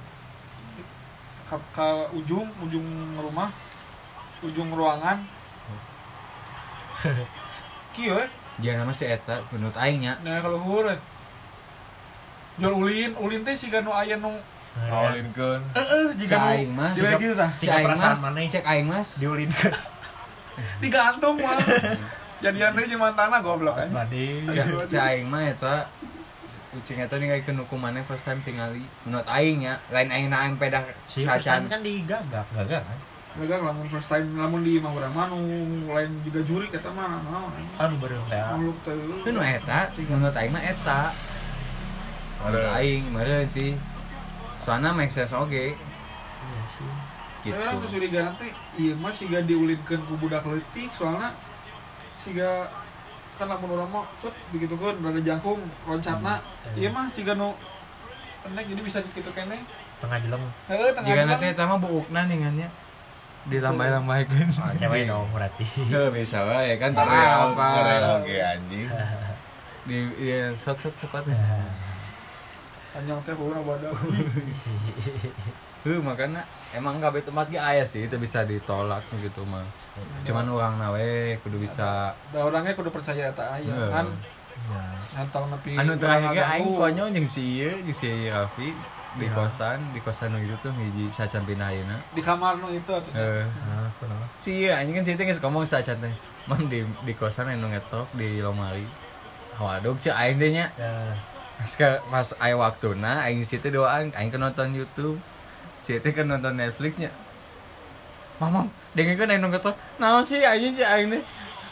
Speaker 4: ke, ke ujung ujung rumah ujung ruangan kieu eh.
Speaker 1: Dia nama si Eta menurut Aing nya.
Speaker 4: nah kalau hur jual ulin ulin teh siga nu aya nu
Speaker 2: Ngaulinkeun.
Speaker 4: heeh
Speaker 1: Si Aing mah si
Speaker 4: jiga kitu tah
Speaker 3: Siga
Speaker 1: Aing
Speaker 3: perasaan
Speaker 1: mas
Speaker 3: maneh.
Speaker 1: cek Aing mas
Speaker 3: diulin ke
Speaker 4: digantung mah jadian deui jeung mantana goblok kan
Speaker 3: tadi
Speaker 1: cek cek Aing mah Eta kucing Eta nih kayak hukumannya first time tingali menurut Aing nya lain Aing na Aing pedak
Speaker 3: si
Speaker 1: sacan
Speaker 3: Firsan kan digagak gagak kan
Speaker 4: gagal lamun first time lamun di imah urang mah nu lain juga juri eta mah naon
Speaker 3: anu baru teh
Speaker 1: Ah.
Speaker 4: muluk teh
Speaker 1: itu nu Eta menurut Aing mah Eta menurut
Speaker 2: Ada.
Speaker 1: Aing meren sih soalnya make sense oge
Speaker 3: Iya sih.
Speaker 1: gitu
Speaker 4: Tapi orang curiga nanti, iya mah siga diulinkan ke budak leutik soalnya siga kan lamun urang mah set begitu kan berada jangkung loncatna
Speaker 1: Hmm.
Speaker 4: iya mah siga nu enek jadi bisa gitu kene
Speaker 3: tengah jeleng
Speaker 4: heeh tengah
Speaker 1: jika nanti
Speaker 4: jalan.
Speaker 1: Eta mah buukna ningannya ditambah-tambahkan
Speaker 3: cewek dong berarti
Speaker 1: Ya bisa wae kan tak
Speaker 2: Ngereog,
Speaker 1: apa.
Speaker 2: ngereog ge anjing.
Speaker 1: Di ya sok sok sepatnya.
Speaker 4: anjing teh bawa badak
Speaker 1: Heuh makanya emang kabeh tempat ge aya sih itu bisa ditolak gitu mah. Cuman orang nawe kudu bisa
Speaker 4: da orangnya kudu percaya eta aya
Speaker 1: Heeh.
Speaker 4: kan
Speaker 3: Ya.
Speaker 4: nyantang nepi
Speaker 1: anu terakhir ge aing
Speaker 4: ngaganggu.
Speaker 1: konyol jeung si ieu jeung si Raffi di
Speaker 3: Ya.
Speaker 1: kosan di kosan nu itu tuh hiji sacan pindah ayeuna.
Speaker 4: di kamar nu itu atuh.
Speaker 1: Heuh.
Speaker 3: Nah, kenapa?
Speaker 1: Si ieu anjing kan cerita geus ngomong sacan teh. Mam di di kosan anu ngetok di lomari. waduh cek aing deh nya
Speaker 3: Nah,
Speaker 1: pas ke pas aing waktuna aing situ doang aing kan nonton YouTube situ kan nonton Netflixnya mamam dengerin kan aing nonton naon sih anjing cek aing deh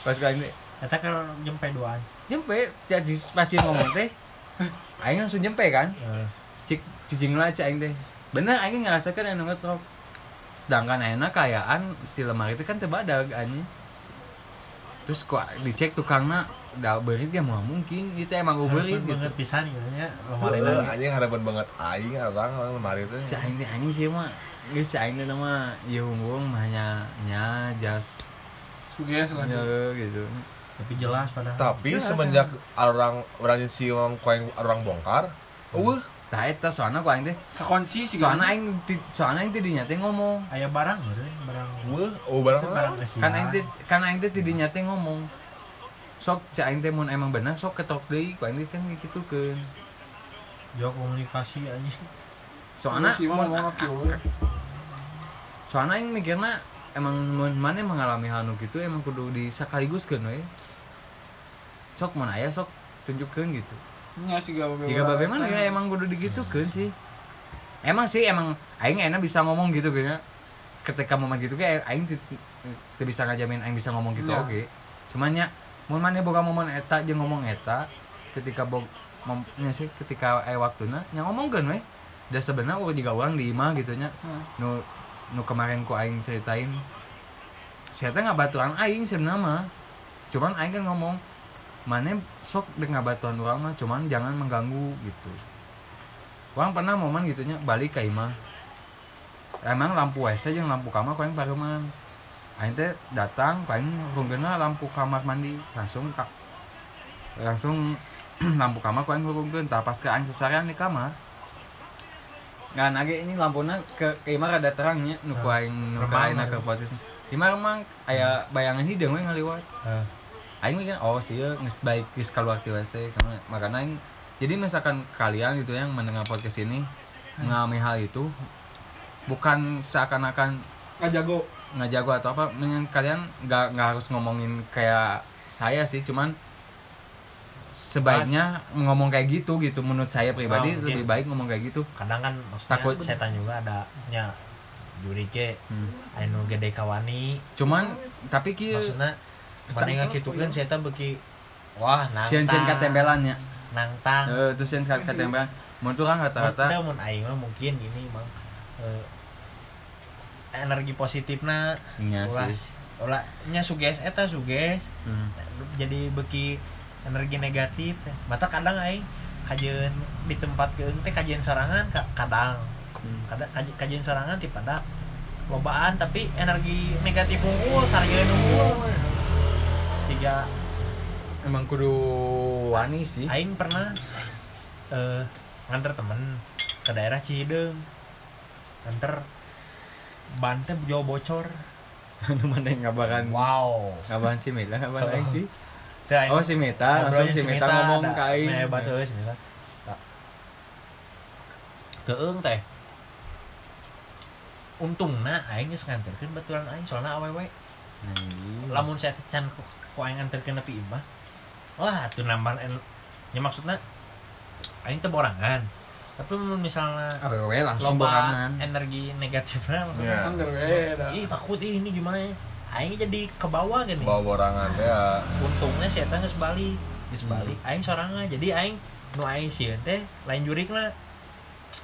Speaker 1: pas ke aing deh
Speaker 3: eta keur nyempe doan.
Speaker 1: jempe jadi pas dia ngomong teh "Hah, aing langsung jempe kan
Speaker 3: Heeh.
Speaker 1: cik cicing lah cik aing teh bener aing ngerasakan anu ngetrok sedangkan ayeuna kayaan si lemari itu kan tebadag anjing terus kok dicek tukangna da beurit ya mau mungkin itu emang uberit gitu
Speaker 3: banget pisan gitu nya. Lemari
Speaker 2: Heeh,
Speaker 3: lagi.
Speaker 2: Eh, anjing harapan banget aing orang orang lemari teh.
Speaker 1: cik aing teh anjing sih mah geus cik aing teh mah ieu hungkung mah nya nya jas
Speaker 4: suges lah
Speaker 1: nya gitu
Speaker 3: Tapi jelas padahal.
Speaker 4: Iya,
Speaker 2: Tapi semenjak orang orang si Mam Koeng orang bongkar, eueuh,
Speaker 1: tah eta soalna ku aing teh
Speaker 4: kakunci sih
Speaker 1: soalna aing ti- soalna aing teh dinya teh ngomong
Speaker 3: Aya barang meureun, barang.
Speaker 2: eueuh, oh barang
Speaker 3: Itu barang kasihan.
Speaker 1: kan aing teh kan aing teh tidinya teh ngomong sok cek aing teh mun emang bener sok ketok deui ku aing teh kan gitu kan
Speaker 3: Jauh komunikasi anjing.
Speaker 1: soalna
Speaker 4: Iya sih mah
Speaker 1: mun-
Speaker 4: mau kieu
Speaker 1: soalna aing mikirna emang mun mana mengalami hal nu gitu emang kudu disakaliguskeun we sok mun aya sok tunjukkeun gitu
Speaker 4: nya sih gak
Speaker 1: jika bagaimana ya emang kudu digitukeun sih emang sih emang aing enak bisa ngomong gitu kan ketika momen gitu kayak aing ti- ti bisa ngajamin aing bisa ngomong gitu
Speaker 4: Iya.
Speaker 1: oke cuman ya mun mana boga momen eta jeung ngomong eta ketika bog mom, nya sih ketika eh waktuna nya ngomongkeun we da sebenarnya urang juga urang di imah gitu nya
Speaker 4: Hmm.
Speaker 1: nu nu kemarin ku aing ceritain saya teh ngabatuan aing sebenarnya mah cuman aing kan ngomong mana sok dek ngabatuan orang mah cuman jangan mengganggu gitu orang pernah momen gitunya balik ke imah emang lampu WC jeung lampu kamar kau yang pareman aing teh datang kau yang lampu kamar mandi langsung ka, langsung lampu kamar kau yang hurungkeun tah pas ke aing sasarean di kamar nggak nage ini lampuna ke ke imah ada terangnya nu ku aing nu ku
Speaker 3: Remang,
Speaker 1: aing ke
Speaker 3: remang.
Speaker 1: podcast imah remang aya bayangan hideung we ngaliwat
Speaker 3: Heeh.
Speaker 1: aing mikir oh sih ya nges baik geus keluar ti WC karena makanya aing jadi misalkan kalian gitu yang mendengar podcast ini mengalami hal itu bukan seakan-akan
Speaker 4: nggak Kan jago
Speaker 1: nggak jago atau apa mendingan kalian nggak nggak harus ngomongin kayak saya sih cuman sebaiknya ngomong kayak gitu gitu menurut saya pribadi
Speaker 3: mungkin.
Speaker 1: lebih baik ngomong kayak gitu
Speaker 3: Kadang kan maksudnya
Speaker 1: Takut.
Speaker 3: setan juga ada nya juri ke
Speaker 1: Hmm.
Speaker 3: anu gede kawani
Speaker 1: cuman tapi kieu
Speaker 3: maksudnya mana yang gitu kan setan beki wah nangtang
Speaker 1: sian-sian katempelannya
Speaker 3: nangtang
Speaker 1: eh itu sian katempelan menurut orang
Speaker 3: Kita
Speaker 1: rata-rata
Speaker 3: mun aing mah mungkin gini mang eh, energi positifna
Speaker 1: nya iya
Speaker 3: ulah
Speaker 1: sih
Speaker 3: ulah nya suges eta suges
Speaker 1: Hmm.
Speaker 3: jadi beki energi negatif mata kadang aing kajian di tempat keung teh kajian sorangan ka- kadang
Speaker 1: Hmm.
Speaker 3: kadang kaj- kajian sorangan tipe ada lobaan tapi energi negatif unggul sarjana unggul sehingga
Speaker 1: emang kudu wani sih
Speaker 3: Aing pernah eh nganter temen ke daerah Cihideung nganter ban teh jauh bocor
Speaker 1: anu mana yang ngabaran
Speaker 3: wow
Speaker 1: ngabaran si Mita ngabaran aing sih
Speaker 3: Teh aing
Speaker 1: oh si Mita
Speaker 3: ngobrolnya
Speaker 1: langsung si
Speaker 3: si
Speaker 1: Mita
Speaker 3: Mita,
Speaker 1: ngomong
Speaker 3: da-
Speaker 1: ke aing
Speaker 3: nah, hebat euy si Mita. Da- Keung teh untungna aing geus nganterkeun baturan aing soalna awewe
Speaker 1: Hmm. Anjing.
Speaker 3: lamun saya tecan ku, ku aing nganterkeun nepi imah wah atuh nambah en- nya maksudna aing teu borangan tapi mun misalnya
Speaker 1: awewe Oh, langsung
Speaker 3: loba
Speaker 1: borangan
Speaker 3: energi negatifnya
Speaker 2: Iya.
Speaker 4: anggar we dah.
Speaker 3: ih takut ih, ini gimana ya? aing jadi ke bawah gini
Speaker 2: bawa borangan ya.
Speaker 3: untungnya si Eta geus balik geus
Speaker 1: Hmm.
Speaker 3: balik aing sorangan jadi aing nu aing sieun teh lain jurik lah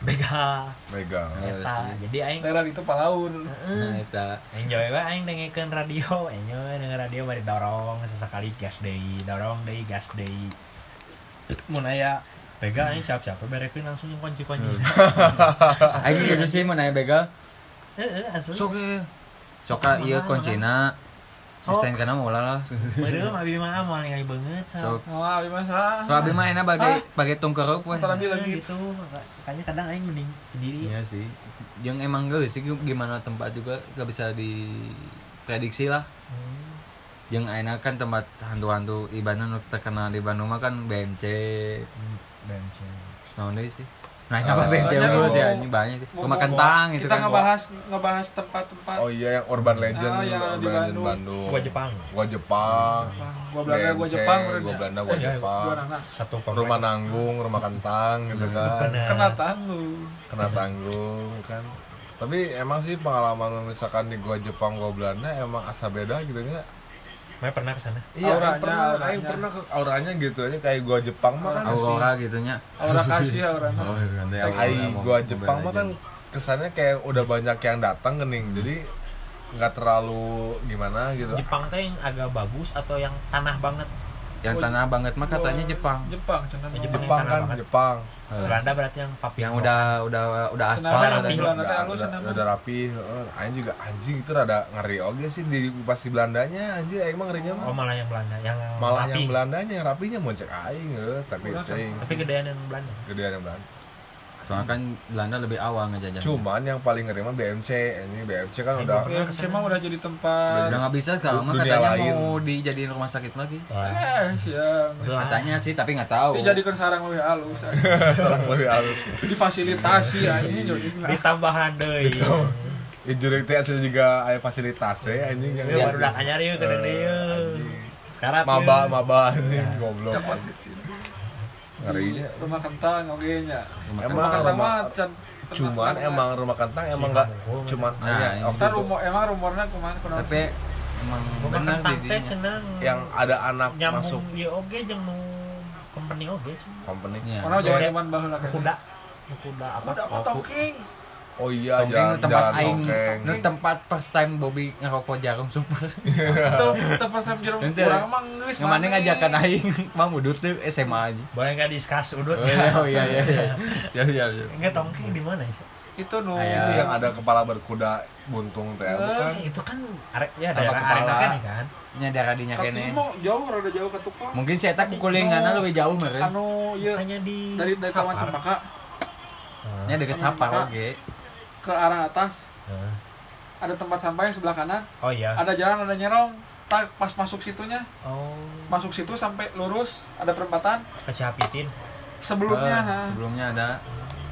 Speaker 3: bega
Speaker 2: Mega.
Speaker 1: Oh, Iya
Speaker 3: Eta
Speaker 1: sih.
Speaker 3: jadi aing
Speaker 4: daerah itu palaun
Speaker 1: nah
Speaker 3: Heeh.
Speaker 1: eta
Speaker 3: aing jauh we aing dengekeun radio enyoy denger radio bari dorong sesekali gas deui dorong deui gas deui mun aya bega aing siap-siap we berekeun langsung kunci-kunci
Speaker 1: Hmm. aing gitu sih mau nanya begal
Speaker 3: heeh asli
Speaker 1: sok eh. sok ka ieu
Speaker 3: Makan,
Speaker 1: kuncina
Speaker 3: Sok.
Speaker 1: Stand kana mau lah
Speaker 3: Meureum abi mah amal ngai beungeut
Speaker 1: sok
Speaker 4: wah bima sah
Speaker 1: kalau abi mah enak
Speaker 4: Nah, iya, Ah.
Speaker 1: bagi bagi tungkerup weh
Speaker 4: Antara- Tapi
Speaker 3: Tapi lagi
Speaker 4: lagi-
Speaker 3: Iya, itu makanya kadang aing mending sendiri
Speaker 1: iya sih yang emang gak sih gimana tempat juga gak bisa diprediksi lah
Speaker 3: Hmm.
Speaker 1: yang aina kan tempat hantu-hantu ibadah nu terkenal di Bandung mah kan BMC
Speaker 3: bensin
Speaker 1: Snow Day sih Nah, kenapa
Speaker 2: Eh,
Speaker 1: pengen cewek
Speaker 4: banyak
Speaker 1: dulu sih
Speaker 4: mau-
Speaker 1: anjing banyak sih.
Speaker 4: mau-
Speaker 1: Rumah
Speaker 4: mau-
Speaker 1: kentang gitu
Speaker 4: kita
Speaker 1: kan.
Speaker 4: ngebahas ngebahas tempat-tempat
Speaker 2: Oh iya yang Urban Legend,
Speaker 4: Ah, yang
Speaker 2: Urban
Speaker 4: di
Speaker 2: Legend
Speaker 4: Bandung.
Speaker 2: Bandung.
Speaker 3: Gua Jepang.
Speaker 2: Gua Jepang.
Speaker 4: Jepang. Gua Belanda, gua
Speaker 2: BMC,
Speaker 4: Jepang,
Speaker 2: Gua
Speaker 4: Brenda.
Speaker 2: Belanda, gua
Speaker 3: Eh, iya,
Speaker 2: Jepang.
Speaker 4: gua anak
Speaker 3: Satu komplek.
Speaker 2: Rumah nanggung, rumah kentang gitu
Speaker 3: Nah,
Speaker 2: kan.
Speaker 3: Benar.
Speaker 4: kena tahan lu
Speaker 2: Kena tanggung kan. Tapi emang sih pengalaman misalkan di gua Jepang, gua Belanda emang asa beda gitu ya.
Speaker 3: Maya pernah kesana.
Speaker 2: Iya,
Speaker 4: Auranya,
Speaker 2: auranya, pernah, auranya.
Speaker 4: auranya.
Speaker 2: pernah ke auranya gitu aja kayak gua Jepang mah kan
Speaker 1: Aurora gitunya.
Speaker 4: aura kasih aura
Speaker 1: Oh, iya, kan. Ya,
Speaker 2: Ai
Speaker 1: Aurora,
Speaker 2: gua
Speaker 1: mau-
Speaker 2: Jepang mah kan kesannya kayak udah banyak yang datang gening. Jadi nggak terlalu gimana gitu.
Speaker 3: Jepang teh yang agak bagus atau yang tanah banget.
Speaker 1: yang tanah banget mah katanya Oh. Jepang.
Speaker 4: Jepang cenah
Speaker 3: Ya, Jepang.
Speaker 2: Jepang kan
Speaker 3: Banget.
Speaker 2: Jepang.
Speaker 1: Eh,
Speaker 3: Belanda berarti yang papi.
Speaker 1: Yang udah udah udah aspal
Speaker 4: Senada
Speaker 1: katanya.
Speaker 4: Belanda teh
Speaker 2: udah,
Speaker 4: halus
Speaker 2: udah,
Speaker 4: senama.
Speaker 2: udah rapi. heeh. Aing juga anjing itu rada ngeri oge sih di pasti Belandanya anjir aing mah ngerinya mah.
Speaker 3: Oh malah yang Belanda, yang
Speaker 2: Malah
Speaker 3: rapi.
Speaker 2: yang Belandanya yang rapinya mau cek aing eh, tapi
Speaker 4: Kurang,
Speaker 2: aing
Speaker 3: Tapi gedean yang Belanda.
Speaker 2: gedean yang Belanda.
Speaker 1: Soalnya kan Belanda lebih awal ngejajah.
Speaker 2: Cuman yang paling ngeri mah BMC. Ini BMC kan
Speaker 3: Aing
Speaker 2: udah
Speaker 3: belum
Speaker 4: BMC mah udah jadi tempat
Speaker 1: udah nggak bisa kalau mah
Speaker 2: Dunia
Speaker 1: katanya
Speaker 2: lain.
Speaker 1: mau dijadiin rumah sakit lagi.
Speaker 3: Wah.
Speaker 4: eh siang
Speaker 3: ah.
Speaker 1: Katanya sih tapi nggak tahu.
Speaker 4: dijadikan sarang lebih halus aja.
Speaker 2: serang lebih halus.
Speaker 4: difasilitasi
Speaker 1: Iya.
Speaker 4: anjing jadi
Speaker 3: Ditambahan deui.
Speaker 2: Injury teh asa juga aya fasilitas eh, anjing yang
Speaker 3: Ieu Iya, baru dak anyar ieu ke deui. Sekarang
Speaker 2: maba maba anjing goblok ngerinya
Speaker 4: rumah kentang oge nya
Speaker 2: emang
Speaker 4: rumah kentang
Speaker 2: rumah
Speaker 4: mah can
Speaker 2: cuman emang gitu. rumah kentang emang nggak cuman
Speaker 1: Nah,
Speaker 2: hanya
Speaker 1: ini.
Speaker 2: waktu
Speaker 4: kita
Speaker 2: itu
Speaker 4: rumor emang rumornya kemana kemana
Speaker 1: Tapi emang
Speaker 3: rumah
Speaker 1: benar
Speaker 3: kentang teh
Speaker 1: didinya.
Speaker 3: cenah
Speaker 2: yang ada anak masuk
Speaker 3: nyambung ieu oge jeung nu company oge cenah.
Speaker 2: company
Speaker 1: Iya.
Speaker 4: mana
Speaker 2: Kayak-
Speaker 4: jalan cuman baheula kan
Speaker 3: Kuda. Kuda apa?
Speaker 4: udah apa
Speaker 1: Aku-
Speaker 4: tongking
Speaker 2: oh iya
Speaker 1: Tongkeng
Speaker 2: jalan
Speaker 1: tempat
Speaker 2: jalan
Speaker 1: aing,
Speaker 2: tongkeng
Speaker 1: nu tempat first time Bobby ngerokok jarum sumpah.
Speaker 4: tuh terpaksa jarum
Speaker 1: Ente.
Speaker 4: kurang mah geus
Speaker 1: Yang mana ngajakan aing mah mudut tuh SMA aja.
Speaker 3: Boleh nggak diskus udut?
Speaker 1: Oh iya oh, iya iya. Ya ya ya.
Speaker 3: Enggak tongking di mana ya?
Speaker 4: itu nu
Speaker 1: Aya.
Speaker 2: itu yang ada kepala berkuda buntung teh bukan
Speaker 3: Eh, itu kan are, ya
Speaker 1: Tambah
Speaker 3: daerah
Speaker 1: kepala.
Speaker 3: arena kan ya kan.
Speaker 1: Nya darah dinya
Speaker 4: tapi
Speaker 1: kene.
Speaker 4: mau jauh rada jauh ke tukang
Speaker 1: Mungkin saya tak kukulinganna leuwih jauh meureun.
Speaker 4: anu ieu
Speaker 3: Hanya di
Speaker 4: dari dari
Speaker 3: Sapar.
Speaker 4: taman cempaka
Speaker 3: Heeh.
Speaker 1: Nya deket Sapar oge.
Speaker 4: ke arah atas
Speaker 3: Heeh.
Speaker 4: ada tempat sampah yang sebelah kanan
Speaker 3: Oh iya.
Speaker 4: ada jalan ada nyerong tak pas masuk situnya
Speaker 3: Oh,
Speaker 4: masuk situ sampai lurus ada perempatan
Speaker 3: ke Cihapitin.
Speaker 1: Eh,
Speaker 4: sebelumnya ha.
Speaker 1: sebelumnya ada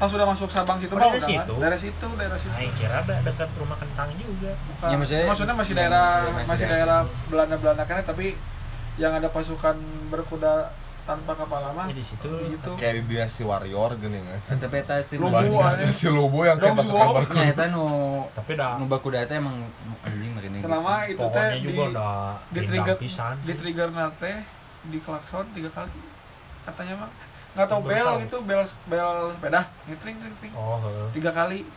Speaker 4: pas sudah masuk Sabang situ
Speaker 3: Oh,
Speaker 4: mah
Speaker 3: daerah
Speaker 4: udah kan?
Speaker 3: situ?
Speaker 4: daerah situ daerah situ
Speaker 3: Nah, yang kira ada dekat rumah kentang juga.
Speaker 4: bukan
Speaker 1: Ya, maksudnya-
Speaker 4: maksudnya masih daerah
Speaker 1: Iya, masih
Speaker 4: masih
Speaker 1: daerah
Speaker 4: daerah Belanda Belanda kan tapi yang ada pasukan berkuda tanpa kepala mah
Speaker 3: Jadi Ya, di situ.
Speaker 4: Ah, di situ
Speaker 2: kayak di dinasti warrior gini kan
Speaker 1: tetep eta si
Speaker 4: Lubu,
Speaker 2: banyak
Speaker 4: anjing.
Speaker 2: si lubu yang kayak
Speaker 4: Lubu.
Speaker 2: pasukan
Speaker 1: Nya
Speaker 2: berkuda
Speaker 1: eta nu
Speaker 3: Tapi dah
Speaker 1: nu bakuda eta emang anjing meureun.
Speaker 4: selama itu teh
Speaker 3: pokoknya
Speaker 4: di
Speaker 3: juga dah
Speaker 4: di
Speaker 3: rindang
Speaker 4: trigger
Speaker 3: pisan.
Speaker 4: di trigger nate di klakson tiga kali katanya mah nggak tahu
Speaker 3: Belum
Speaker 4: bel
Speaker 3: tahu.
Speaker 4: itu bel bel sepeda ngetring tring tring
Speaker 3: Oh, heeh.
Speaker 4: tiga kali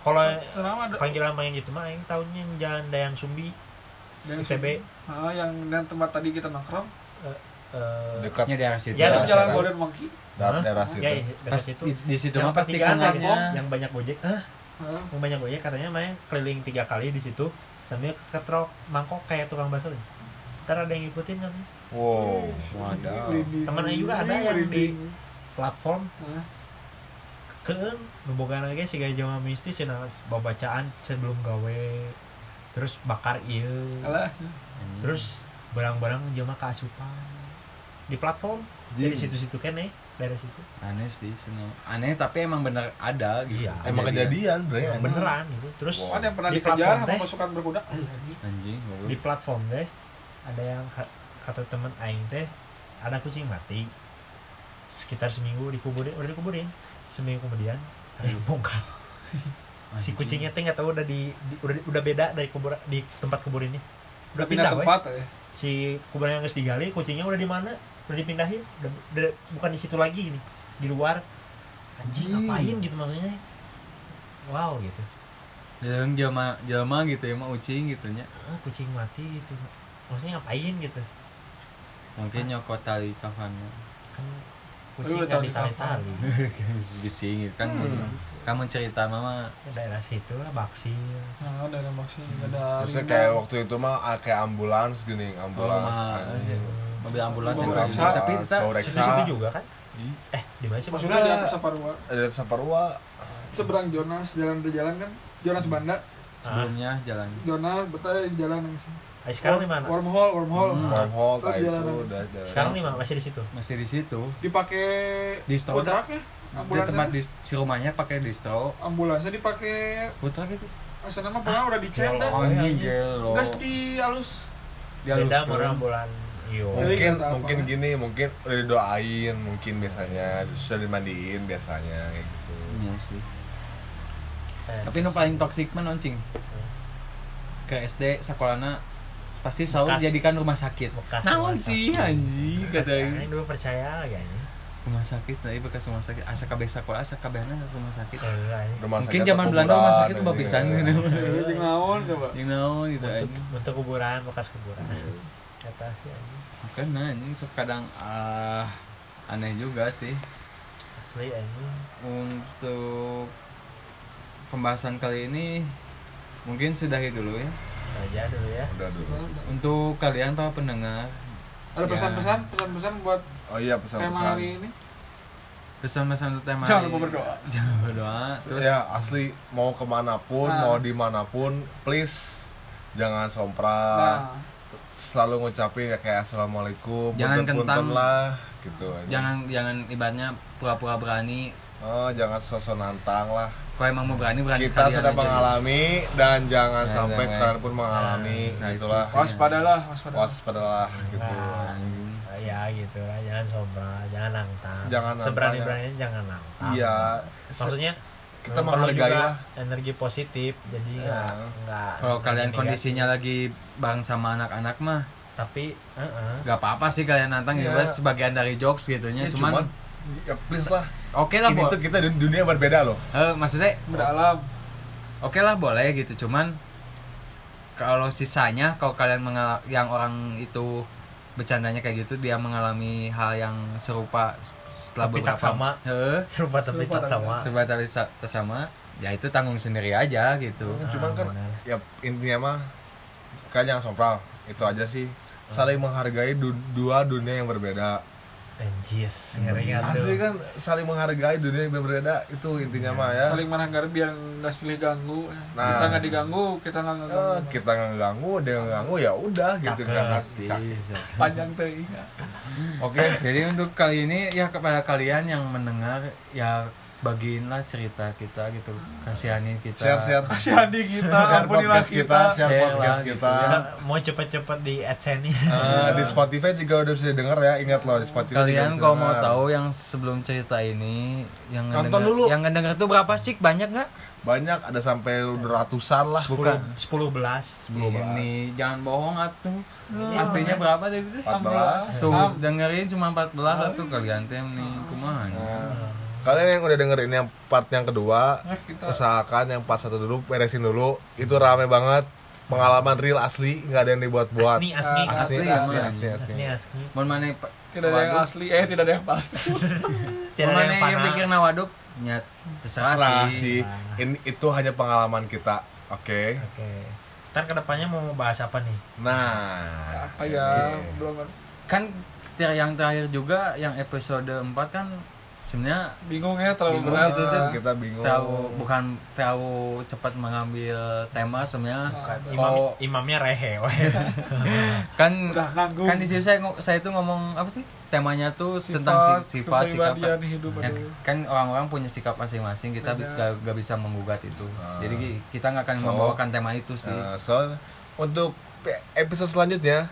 Speaker 3: Kalau
Speaker 4: selama ada
Speaker 3: panggilan main gitu mah aing tahunnya yang jalan Dayan Sumbi
Speaker 4: Yang
Speaker 3: ITB.
Speaker 4: Ah, yang yang tempat tadi kita nongkrong
Speaker 3: eh
Speaker 2: dekat
Speaker 1: Nya daerah situ.
Speaker 3: Ya,
Speaker 4: itu
Speaker 2: daerah-
Speaker 4: jalan
Speaker 2: daerah-
Speaker 4: Golden Monkey
Speaker 2: daerah- daerah
Speaker 3: ya,
Speaker 2: situ
Speaker 3: ya, dekat
Speaker 1: Pas
Speaker 3: situ.
Speaker 1: di, di situ
Speaker 3: yang
Speaker 1: mah pasti
Speaker 3: pertigaan platform
Speaker 1: kenalnya.
Speaker 3: yang banyak gojek. Hah,
Speaker 4: Ah,
Speaker 3: yang banyak gojek katanya main keliling tiga kali di situ sambil ketrok mangkok kayak tukang bakso. nih. Ntar ada yang ngikutin kan
Speaker 1: Oh,
Speaker 2: wow wadah
Speaker 4: Merinding.
Speaker 3: Temen aing juga ada yang
Speaker 4: Merinding.
Speaker 3: platform
Speaker 4: Ah,
Speaker 3: keun nubogaan lagi si gaya jawa mistis cenah babacaan sebelum gawe terus bakar ieu
Speaker 4: alah.
Speaker 3: terus barang-barang jelema kaasupan di platform jadi situ-situ kene dari situ
Speaker 1: aneh sih seno. Aneh tapi emang bener ada gitu.
Speaker 3: Iya.
Speaker 2: emang kejadian bre
Speaker 3: Yang
Speaker 2: anjing.
Speaker 3: beneran gitu terus
Speaker 2: Wow.
Speaker 4: Kan yang pernah
Speaker 3: Di
Speaker 4: dikejar
Speaker 3: platform
Speaker 4: sama
Speaker 3: teh.
Speaker 4: pasukan berkuda.
Speaker 1: Anjing.
Speaker 3: di platform deh ada yang ka- kata temen aing teh ada kucing mati sekitar seminggu dikuburin udah dikuburin seminggu kemudian ada yang bongkar si kucingnya teh nggak tahu udah di, di- udah udah beda dari kubur di tempat kuburinnya
Speaker 4: Udah pindah
Speaker 3: weh.
Speaker 4: tempat ya.
Speaker 3: si kuburan yang harus digali kucingnya udah di mana udah dipindahin udah, udah- bukan di situ lagi ini di luar
Speaker 2: Anjing.
Speaker 3: anjing ngapain gitu maksudnya wow gitu
Speaker 1: Ya, Yang jama jama gitu ya mah ucing gitu nya.
Speaker 3: oh, kucing mati gitu maksudnya ngapain gitu
Speaker 1: Mungkin nyokot tali kafannya.
Speaker 3: kan kucing
Speaker 4: Lu udah
Speaker 3: kan
Speaker 4: tahu di
Speaker 3: ditali-tali
Speaker 1: Gesing gitu kan.
Speaker 3: Hmm.
Speaker 1: Kamu cerita mama
Speaker 3: Ya, daerah situ lah baksi
Speaker 4: Nah, ada yang maksudnya juga ada.
Speaker 2: Terusnya
Speaker 4: ringan.
Speaker 2: kayak waktu itu mah ah, kayak ambulans gini, ambulans.
Speaker 1: Oh, mah.
Speaker 2: anjing.
Speaker 1: mobil ambulans
Speaker 4: Bau
Speaker 1: yang
Speaker 4: reksa,
Speaker 1: gitu.
Speaker 3: Ah.
Speaker 1: tapi kita
Speaker 2: bau reksa.
Speaker 3: di situ juga kan
Speaker 2: Ih,
Speaker 3: eh di mana sih
Speaker 4: maksudnya
Speaker 3: maksudnya
Speaker 4: di atas Saparua.
Speaker 2: Ada Saparua.
Speaker 4: Seberang Jonas, jalan berjalan kan. Jonas Banda,
Speaker 1: sebelumnya jalan.
Speaker 4: Jonas betah di jalan yang sini.
Speaker 3: Eh, sekarang di mana
Speaker 4: Wormhole, wormhole.
Speaker 1: Hmm.
Speaker 2: Wormhole
Speaker 4: Terus
Speaker 2: kayak itu
Speaker 4: jalanan.
Speaker 2: udah jalan.
Speaker 3: sekarang di mana masih di situ
Speaker 1: Masih di situ.
Speaker 4: Dipakai
Speaker 1: Di store.
Speaker 4: kontraknya.
Speaker 1: di tempat di si rumahnya pakai distro
Speaker 4: ambulansnya dipakai
Speaker 1: putra gitu
Speaker 4: asana mah pernah udah dicek
Speaker 3: ya
Speaker 4: dah
Speaker 3: Allah.
Speaker 1: anjing gelo
Speaker 4: Eh, iya, gas di halus
Speaker 1: dia luruskan.
Speaker 3: beda murah bulan iyo
Speaker 4: Jadi
Speaker 2: mungkin
Speaker 4: kata apa?
Speaker 2: mungkin gini mungkin udah didoain mungkin biasanya sudah dimandiin biasanya kayak gitu
Speaker 1: Iya sih.
Speaker 3: Eh,
Speaker 1: tapi nu paling toksik mah noncing ke SD sekolahnya pasti selalu
Speaker 3: Bekas.
Speaker 1: dijadikan rumah sakit
Speaker 3: Bekas
Speaker 1: naon
Speaker 3: rumah
Speaker 1: sih
Speaker 3: sakit.
Speaker 1: anjing kata
Speaker 3: Aing dulu percaya ya ini
Speaker 1: rumah sakit saya bekas rumah sakit asa kabeh sekolah asa kabehna rumah sakit
Speaker 3: Kalau dulu aing
Speaker 2: Rumah
Speaker 1: mungkin
Speaker 2: sakit
Speaker 1: zaman
Speaker 2: atau
Speaker 1: Belanda rumah
Speaker 2: kuburan,
Speaker 1: sakit bawa
Speaker 2: anjing,
Speaker 1: pisan
Speaker 2: ya.
Speaker 1: gitu
Speaker 4: Eh, jeung naon coba
Speaker 1: you know gitu anjing
Speaker 3: bentuk, bentuk kuburan bekas kuburan kata sih anjing
Speaker 1: makanya anjing sok kadang ah aneh juga sih
Speaker 3: asli anjing
Speaker 1: untuk pembahasan kali ini mungkin sudahi dulu ya
Speaker 3: aja dulu ya
Speaker 2: udah dulu
Speaker 1: untuk kalian para pendengar Ya.
Speaker 4: ada pesan-pesan pesan-pesan buat
Speaker 2: oh iya
Speaker 4: tema
Speaker 2: pesan-pesan
Speaker 4: hari ini
Speaker 1: pesan-pesan untuk tema
Speaker 4: Jangan
Speaker 1: hari
Speaker 4: lupa
Speaker 1: ini.
Speaker 4: berdoa.
Speaker 1: jangan berdoa terus
Speaker 2: ya asli mau kemanapun
Speaker 4: Nah.
Speaker 2: mau dimanapun please jangan sompral
Speaker 4: nah
Speaker 2: selalu ngucapin ya kayak assalamualaikum
Speaker 1: Jangan
Speaker 2: punten-punten
Speaker 1: kentang.
Speaker 2: lah gitu anjing.
Speaker 1: jangan jangan ibaratnya pura-pura berani
Speaker 2: oh, jangan sosok nantang lah
Speaker 1: kalau emang mau berani berani
Speaker 2: kita
Speaker 1: sekalian
Speaker 2: sudah
Speaker 1: aja. gitu.
Speaker 2: mengalami dan jangan
Speaker 1: Nah,
Speaker 2: sampai
Speaker 1: jangan.
Speaker 2: kalian pun mengalami
Speaker 1: Nah, itu
Speaker 2: itulah
Speaker 1: sih.
Speaker 4: waspadalah waspadalah
Speaker 2: waspadalah gitu
Speaker 3: Nah,
Speaker 1: Anjing.
Speaker 3: ya gitu lah jangan sombra jangan nantang
Speaker 2: Jangan
Speaker 1: ya.
Speaker 2: nantang,
Speaker 3: seberani beraninya jangan nantang
Speaker 2: iya
Speaker 3: maksudnya
Speaker 2: kita
Speaker 3: Nah, perlu
Speaker 2: menghargai
Speaker 3: juga
Speaker 2: lah
Speaker 3: energi positif jadi
Speaker 2: Ya.
Speaker 3: nggak nggak
Speaker 1: kalau kalian
Speaker 3: negatif.
Speaker 1: kondisinya lagi bareng sama anak-anak mah
Speaker 3: tapi eh, eh.
Speaker 1: gak apa-apa sih kalian nantang
Speaker 2: Iya.
Speaker 1: juga sebagian dari jokes gitunya
Speaker 2: Ya,
Speaker 1: cuman
Speaker 2: cuman, ya, please lah
Speaker 1: oke lah
Speaker 2: ini
Speaker 1: Bo.
Speaker 2: tuh kita di dunia berbeda loh
Speaker 1: Eh, maksudnya
Speaker 4: beralam
Speaker 1: oke lah boleh gitu cuman kalau sisanya kalau kalian mengal- yang orang itu bercandanya kayak gitu dia mengalami hal yang serupa setelah
Speaker 3: Tapi tak
Speaker 1: beberapa
Speaker 3: sama.
Speaker 1: Heeh,
Speaker 3: serupa tapi
Speaker 4: Serupa
Speaker 3: tak
Speaker 4: tapi
Speaker 3: sama
Speaker 1: serupa tapi sa- tak sama ya itu tanggung sendiri aja gitu
Speaker 2: cuman kan
Speaker 3: benar.
Speaker 2: ya intinya mah kan jangan sompral itu aja sih
Speaker 1: Nah.
Speaker 2: saling menghargai du- dua dunia yang berbeda
Speaker 3: Anjis, ngeri nggak tuh
Speaker 2: asli kan saling menghargai dunia yang berbeda itu intinya mah ya
Speaker 4: saling menanggar biar nggak pilih ganggu
Speaker 2: Nah.
Speaker 4: kita nggak diganggu kita nggak
Speaker 2: Eh,
Speaker 4: ngeganggu
Speaker 2: kita nggak ganggu dia nggak ganggu ya udah gitu
Speaker 3: Cakep.
Speaker 2: nggak
Speaker 1: Sih.
Speaker 2: kasih
Speaker 4: panjang teh
Speaker 2: oke
Speaker 1: Jadi untuk kali ini ya kepada kalian yang mendengar ya bagiinlah cerita kita gitu kasihani kita
Speaker 2: share share
Speaker 4: kasih hadi kita
Speaker 2: share
Speaker 4: ampunilah
Speaker 2: podcast kita
Speaker 4: kita
Speaker 2: share
Speaker 1: Share
Speaker 2: podcast
Speaker 1: lah, gitu
Speaker 2: kita
Speaker 3: Kita mau cepet-cepet di adsense
Speaker 2: Eh, di Spotify juga udah bisa denger ya ingat loh di Spotify
Speaker 1: Kalian
Speaker 2: juga
Speaker 1: kalau
Speaker 2: bisa
Speaker 1: mau
Speaker 2: denger.
Speaker 1: tahu yang sebelum cerita ini yang
Speaker 2: Nonton
Speaker 1: ngedenger-
Speaker 2: dulu.
Speaker 1: yang ngedenger tuh berapa sih? Banyak nggak?
Speaker 2: banyak ada sampai ratusan lah
Speaker 1: Bukan.
Speaker 3: sepuluh belas
Speaker 1: Ini jangan bohong atuh. Aslinya berapa tadi tuh?
Speaker 2: 14
Speaker 1: Tuh, dengerin cuma 14 atuh kalian tem nih kumaha.
Speaker 2: Kalian yang udah denger ini yang part yang kedua,
Speaker 4: Nah, kita-
Speaker 2: usahakan yang part satu dulu beresin dulu. Itu rame banget, pengalaman real asli, nggak ada yang dibuat-buat.
Speaker 3: asli asli
Speaker 2: Ah, asli,
Speaker 1: Asli,
Speaker 2: asli,
Speaker 1: asli.
Speaker 2: asli, asli.
Speaker 3: asli asli
Speaker 1: Mun maneh
Speaker 4: tidak ada yang asli eh tidak ada yang palsu
Speaker 1: Mun
Speaker 3: tidak ada
Speaker 1: maneh
Speaker 3: yang
Speaker 1: yang
Speaker 3: panah
Speaker 1: pikir nawaduk nya
Speaker 2: Terserah
Speaker 1: terserah sih.
Speaker 2: sih. Ini itu hanya pengalaman kita. Oke.
Speaker 3: oke ntar kedepannya mau bahas apa nih
Speaker 2: Nah,
Speaker 4: apa ya
Speaker 2: oke.
Speaker 4: belum ngerti.
Speaker 1: Kan ter- yang terakhir juga yang episode 4 kan sebenarnya
Speaker 4: bingung ya terlalu
Speaker 1: Bingung
Speaker 4: berat
Speaker 1: gitu, Tin.
Speaker 2: Nah, kita bingung.
Speaker 1: terlalu bukan terlalu cepat mengambil tema sebenarnya
Speaker 3: Imam,
Speaker 1: Kalau-
Speaker 3: imamnya rehe weh.
Speaker 1: kan
Speaker 4: udah nanggung
Speaker 1: kan di situ saya ngo- saya tuh ngomong apa sih temanya tuh tentang si- sifat sikap
Speaker 4: kepribadian hidup
Speaker 1: Ya,
Speaker 4: aduh.
Speaker 1: kan orang-orang punya sikap masing-masing kita bis-
Speaker 4: Beda.
Speaker 1: gak, gak bisa menggugat itu
Speaker 2: Ah.
Speaker 1: jadi ki- kita nggak akan
Speaker 2: So.
Speaker 1: membawakan tema itu sih
Speaker 2: Nah, so untuk pe- episode selanjutnya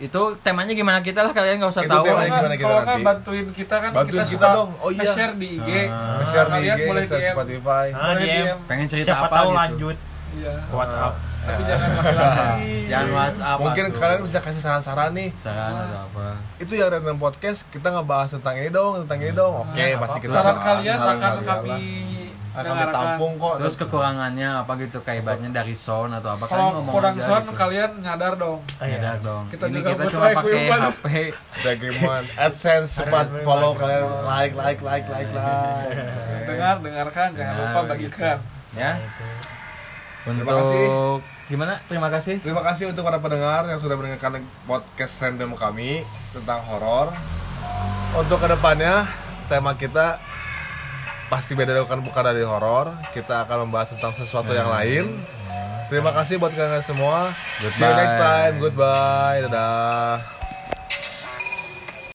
Speaker 1: itu temanya gimana kita lah kalian nggak usah
Speaker 2: Itu
Speaker 1: tahu lah.
Speaker 2: temanya
Speaker 4: Kalau
Speaker 2: gimana
Speaker 4: nggak-
Speaker 2: kita
Speaker 4: kalau nggak
Speaker 2: nanti?
Speaker 4: bantuin kita kan
Speaker 2: Bantuin kita
Speaker 4: suka
Speaker 2: dong. Oh iya.
Speaker 4: nge-share di IG
Speaker 1: Ah.
Speaker 2: share di
Speaker 4: Kalian
Speaker 2: IG,
Speaker 4: boleh
Speaker 2: share
Speaker 4: DM.
Speaker 2: Spotify.
Speaker 3: Ah,
Speaker 4: Boleh
Speaker 3: DM.
Speaker 4: DM.
Speaker 1: pengen cerita
Speaker 3: siapa
Speaker 1: apa
Speaker 3: tahu
Speaker 1: gitu Ah,
Speaker 3: lanjut
Speaker 4: iya
Speaker 3: ke WhatsApp
Speaker 4: tapi jangan laki-laki
Speaker 1: jangan WhatsApp
Speaker 2: Mungkin
Speaker 1: atuh.
Speaker 2: kalian bisa kasih saran-saran nih.
Speaker 1: saran kan, atau apa
Speaker 2: itu yang random podcast kita ngebahas tentang ini dong tentang ini dong oke
Speaker 3: Nah,
Speaker 2: pasti
Speaker 3: apa-apa.
Speaker 2: kita
Speaker 4: Hmm, saran
Speaker 2: soal-
Speaker 4: kalian
Speaker 2: saran
Speaker 4: akan
Speaker 2: kalian
Speaker 4: kami
Speaker 2: lah. akan kami
Speaker 4: dengarkan.
Speaker 2: tampung kok
Speaker 1: terus kekurangannya apa gitu kaibatnya dari sound atau apa
Speaker 4: kalau
Speaker 1: ngomong
Speaker 4: kurang
Speaker 1: aja
Speaker 4: sound
Speaker 1: gitu.
Speaker 4: kalian nyadar dong
Speaker 3: Ah, iya.
Speaker 1: Nyadar dong
Speaker 4: Kita
Speaker 1: ini
Speaker 4: juga
Speaker 1: kita
Speaker 4: butuh
Speaker 1: cuma
Speaker 4: like
Speaker 1: pakai ya.
Speaker 4: wiman.
Speaker 1: HP
Speaker 2: Bagaimana adsense cepat follow kalian like like like like like
Speaker 4: dengar dengarkan jangan
Speaker 1: Nah,
Speaker 4: lupa
Speaker 1: begitu.
Speaker 2: gitu.
Speaker 4: bagikan
Speaker 1: ya
Speaker 3: Itu.
Speaker 1: untuk
Speaker 2: kasih.
Speaker 1: gimana terima kasih
Speaker 2: terima kasih untuk para pendengar yang sudah mendengarkan podcast random kami tentang horor untuk kedepannya tema kita pasti beda bukan bukan dari horor kita akan membahas tentang sesuatu yang lain terima kasih buat kalian semua see you next time goodbye dadah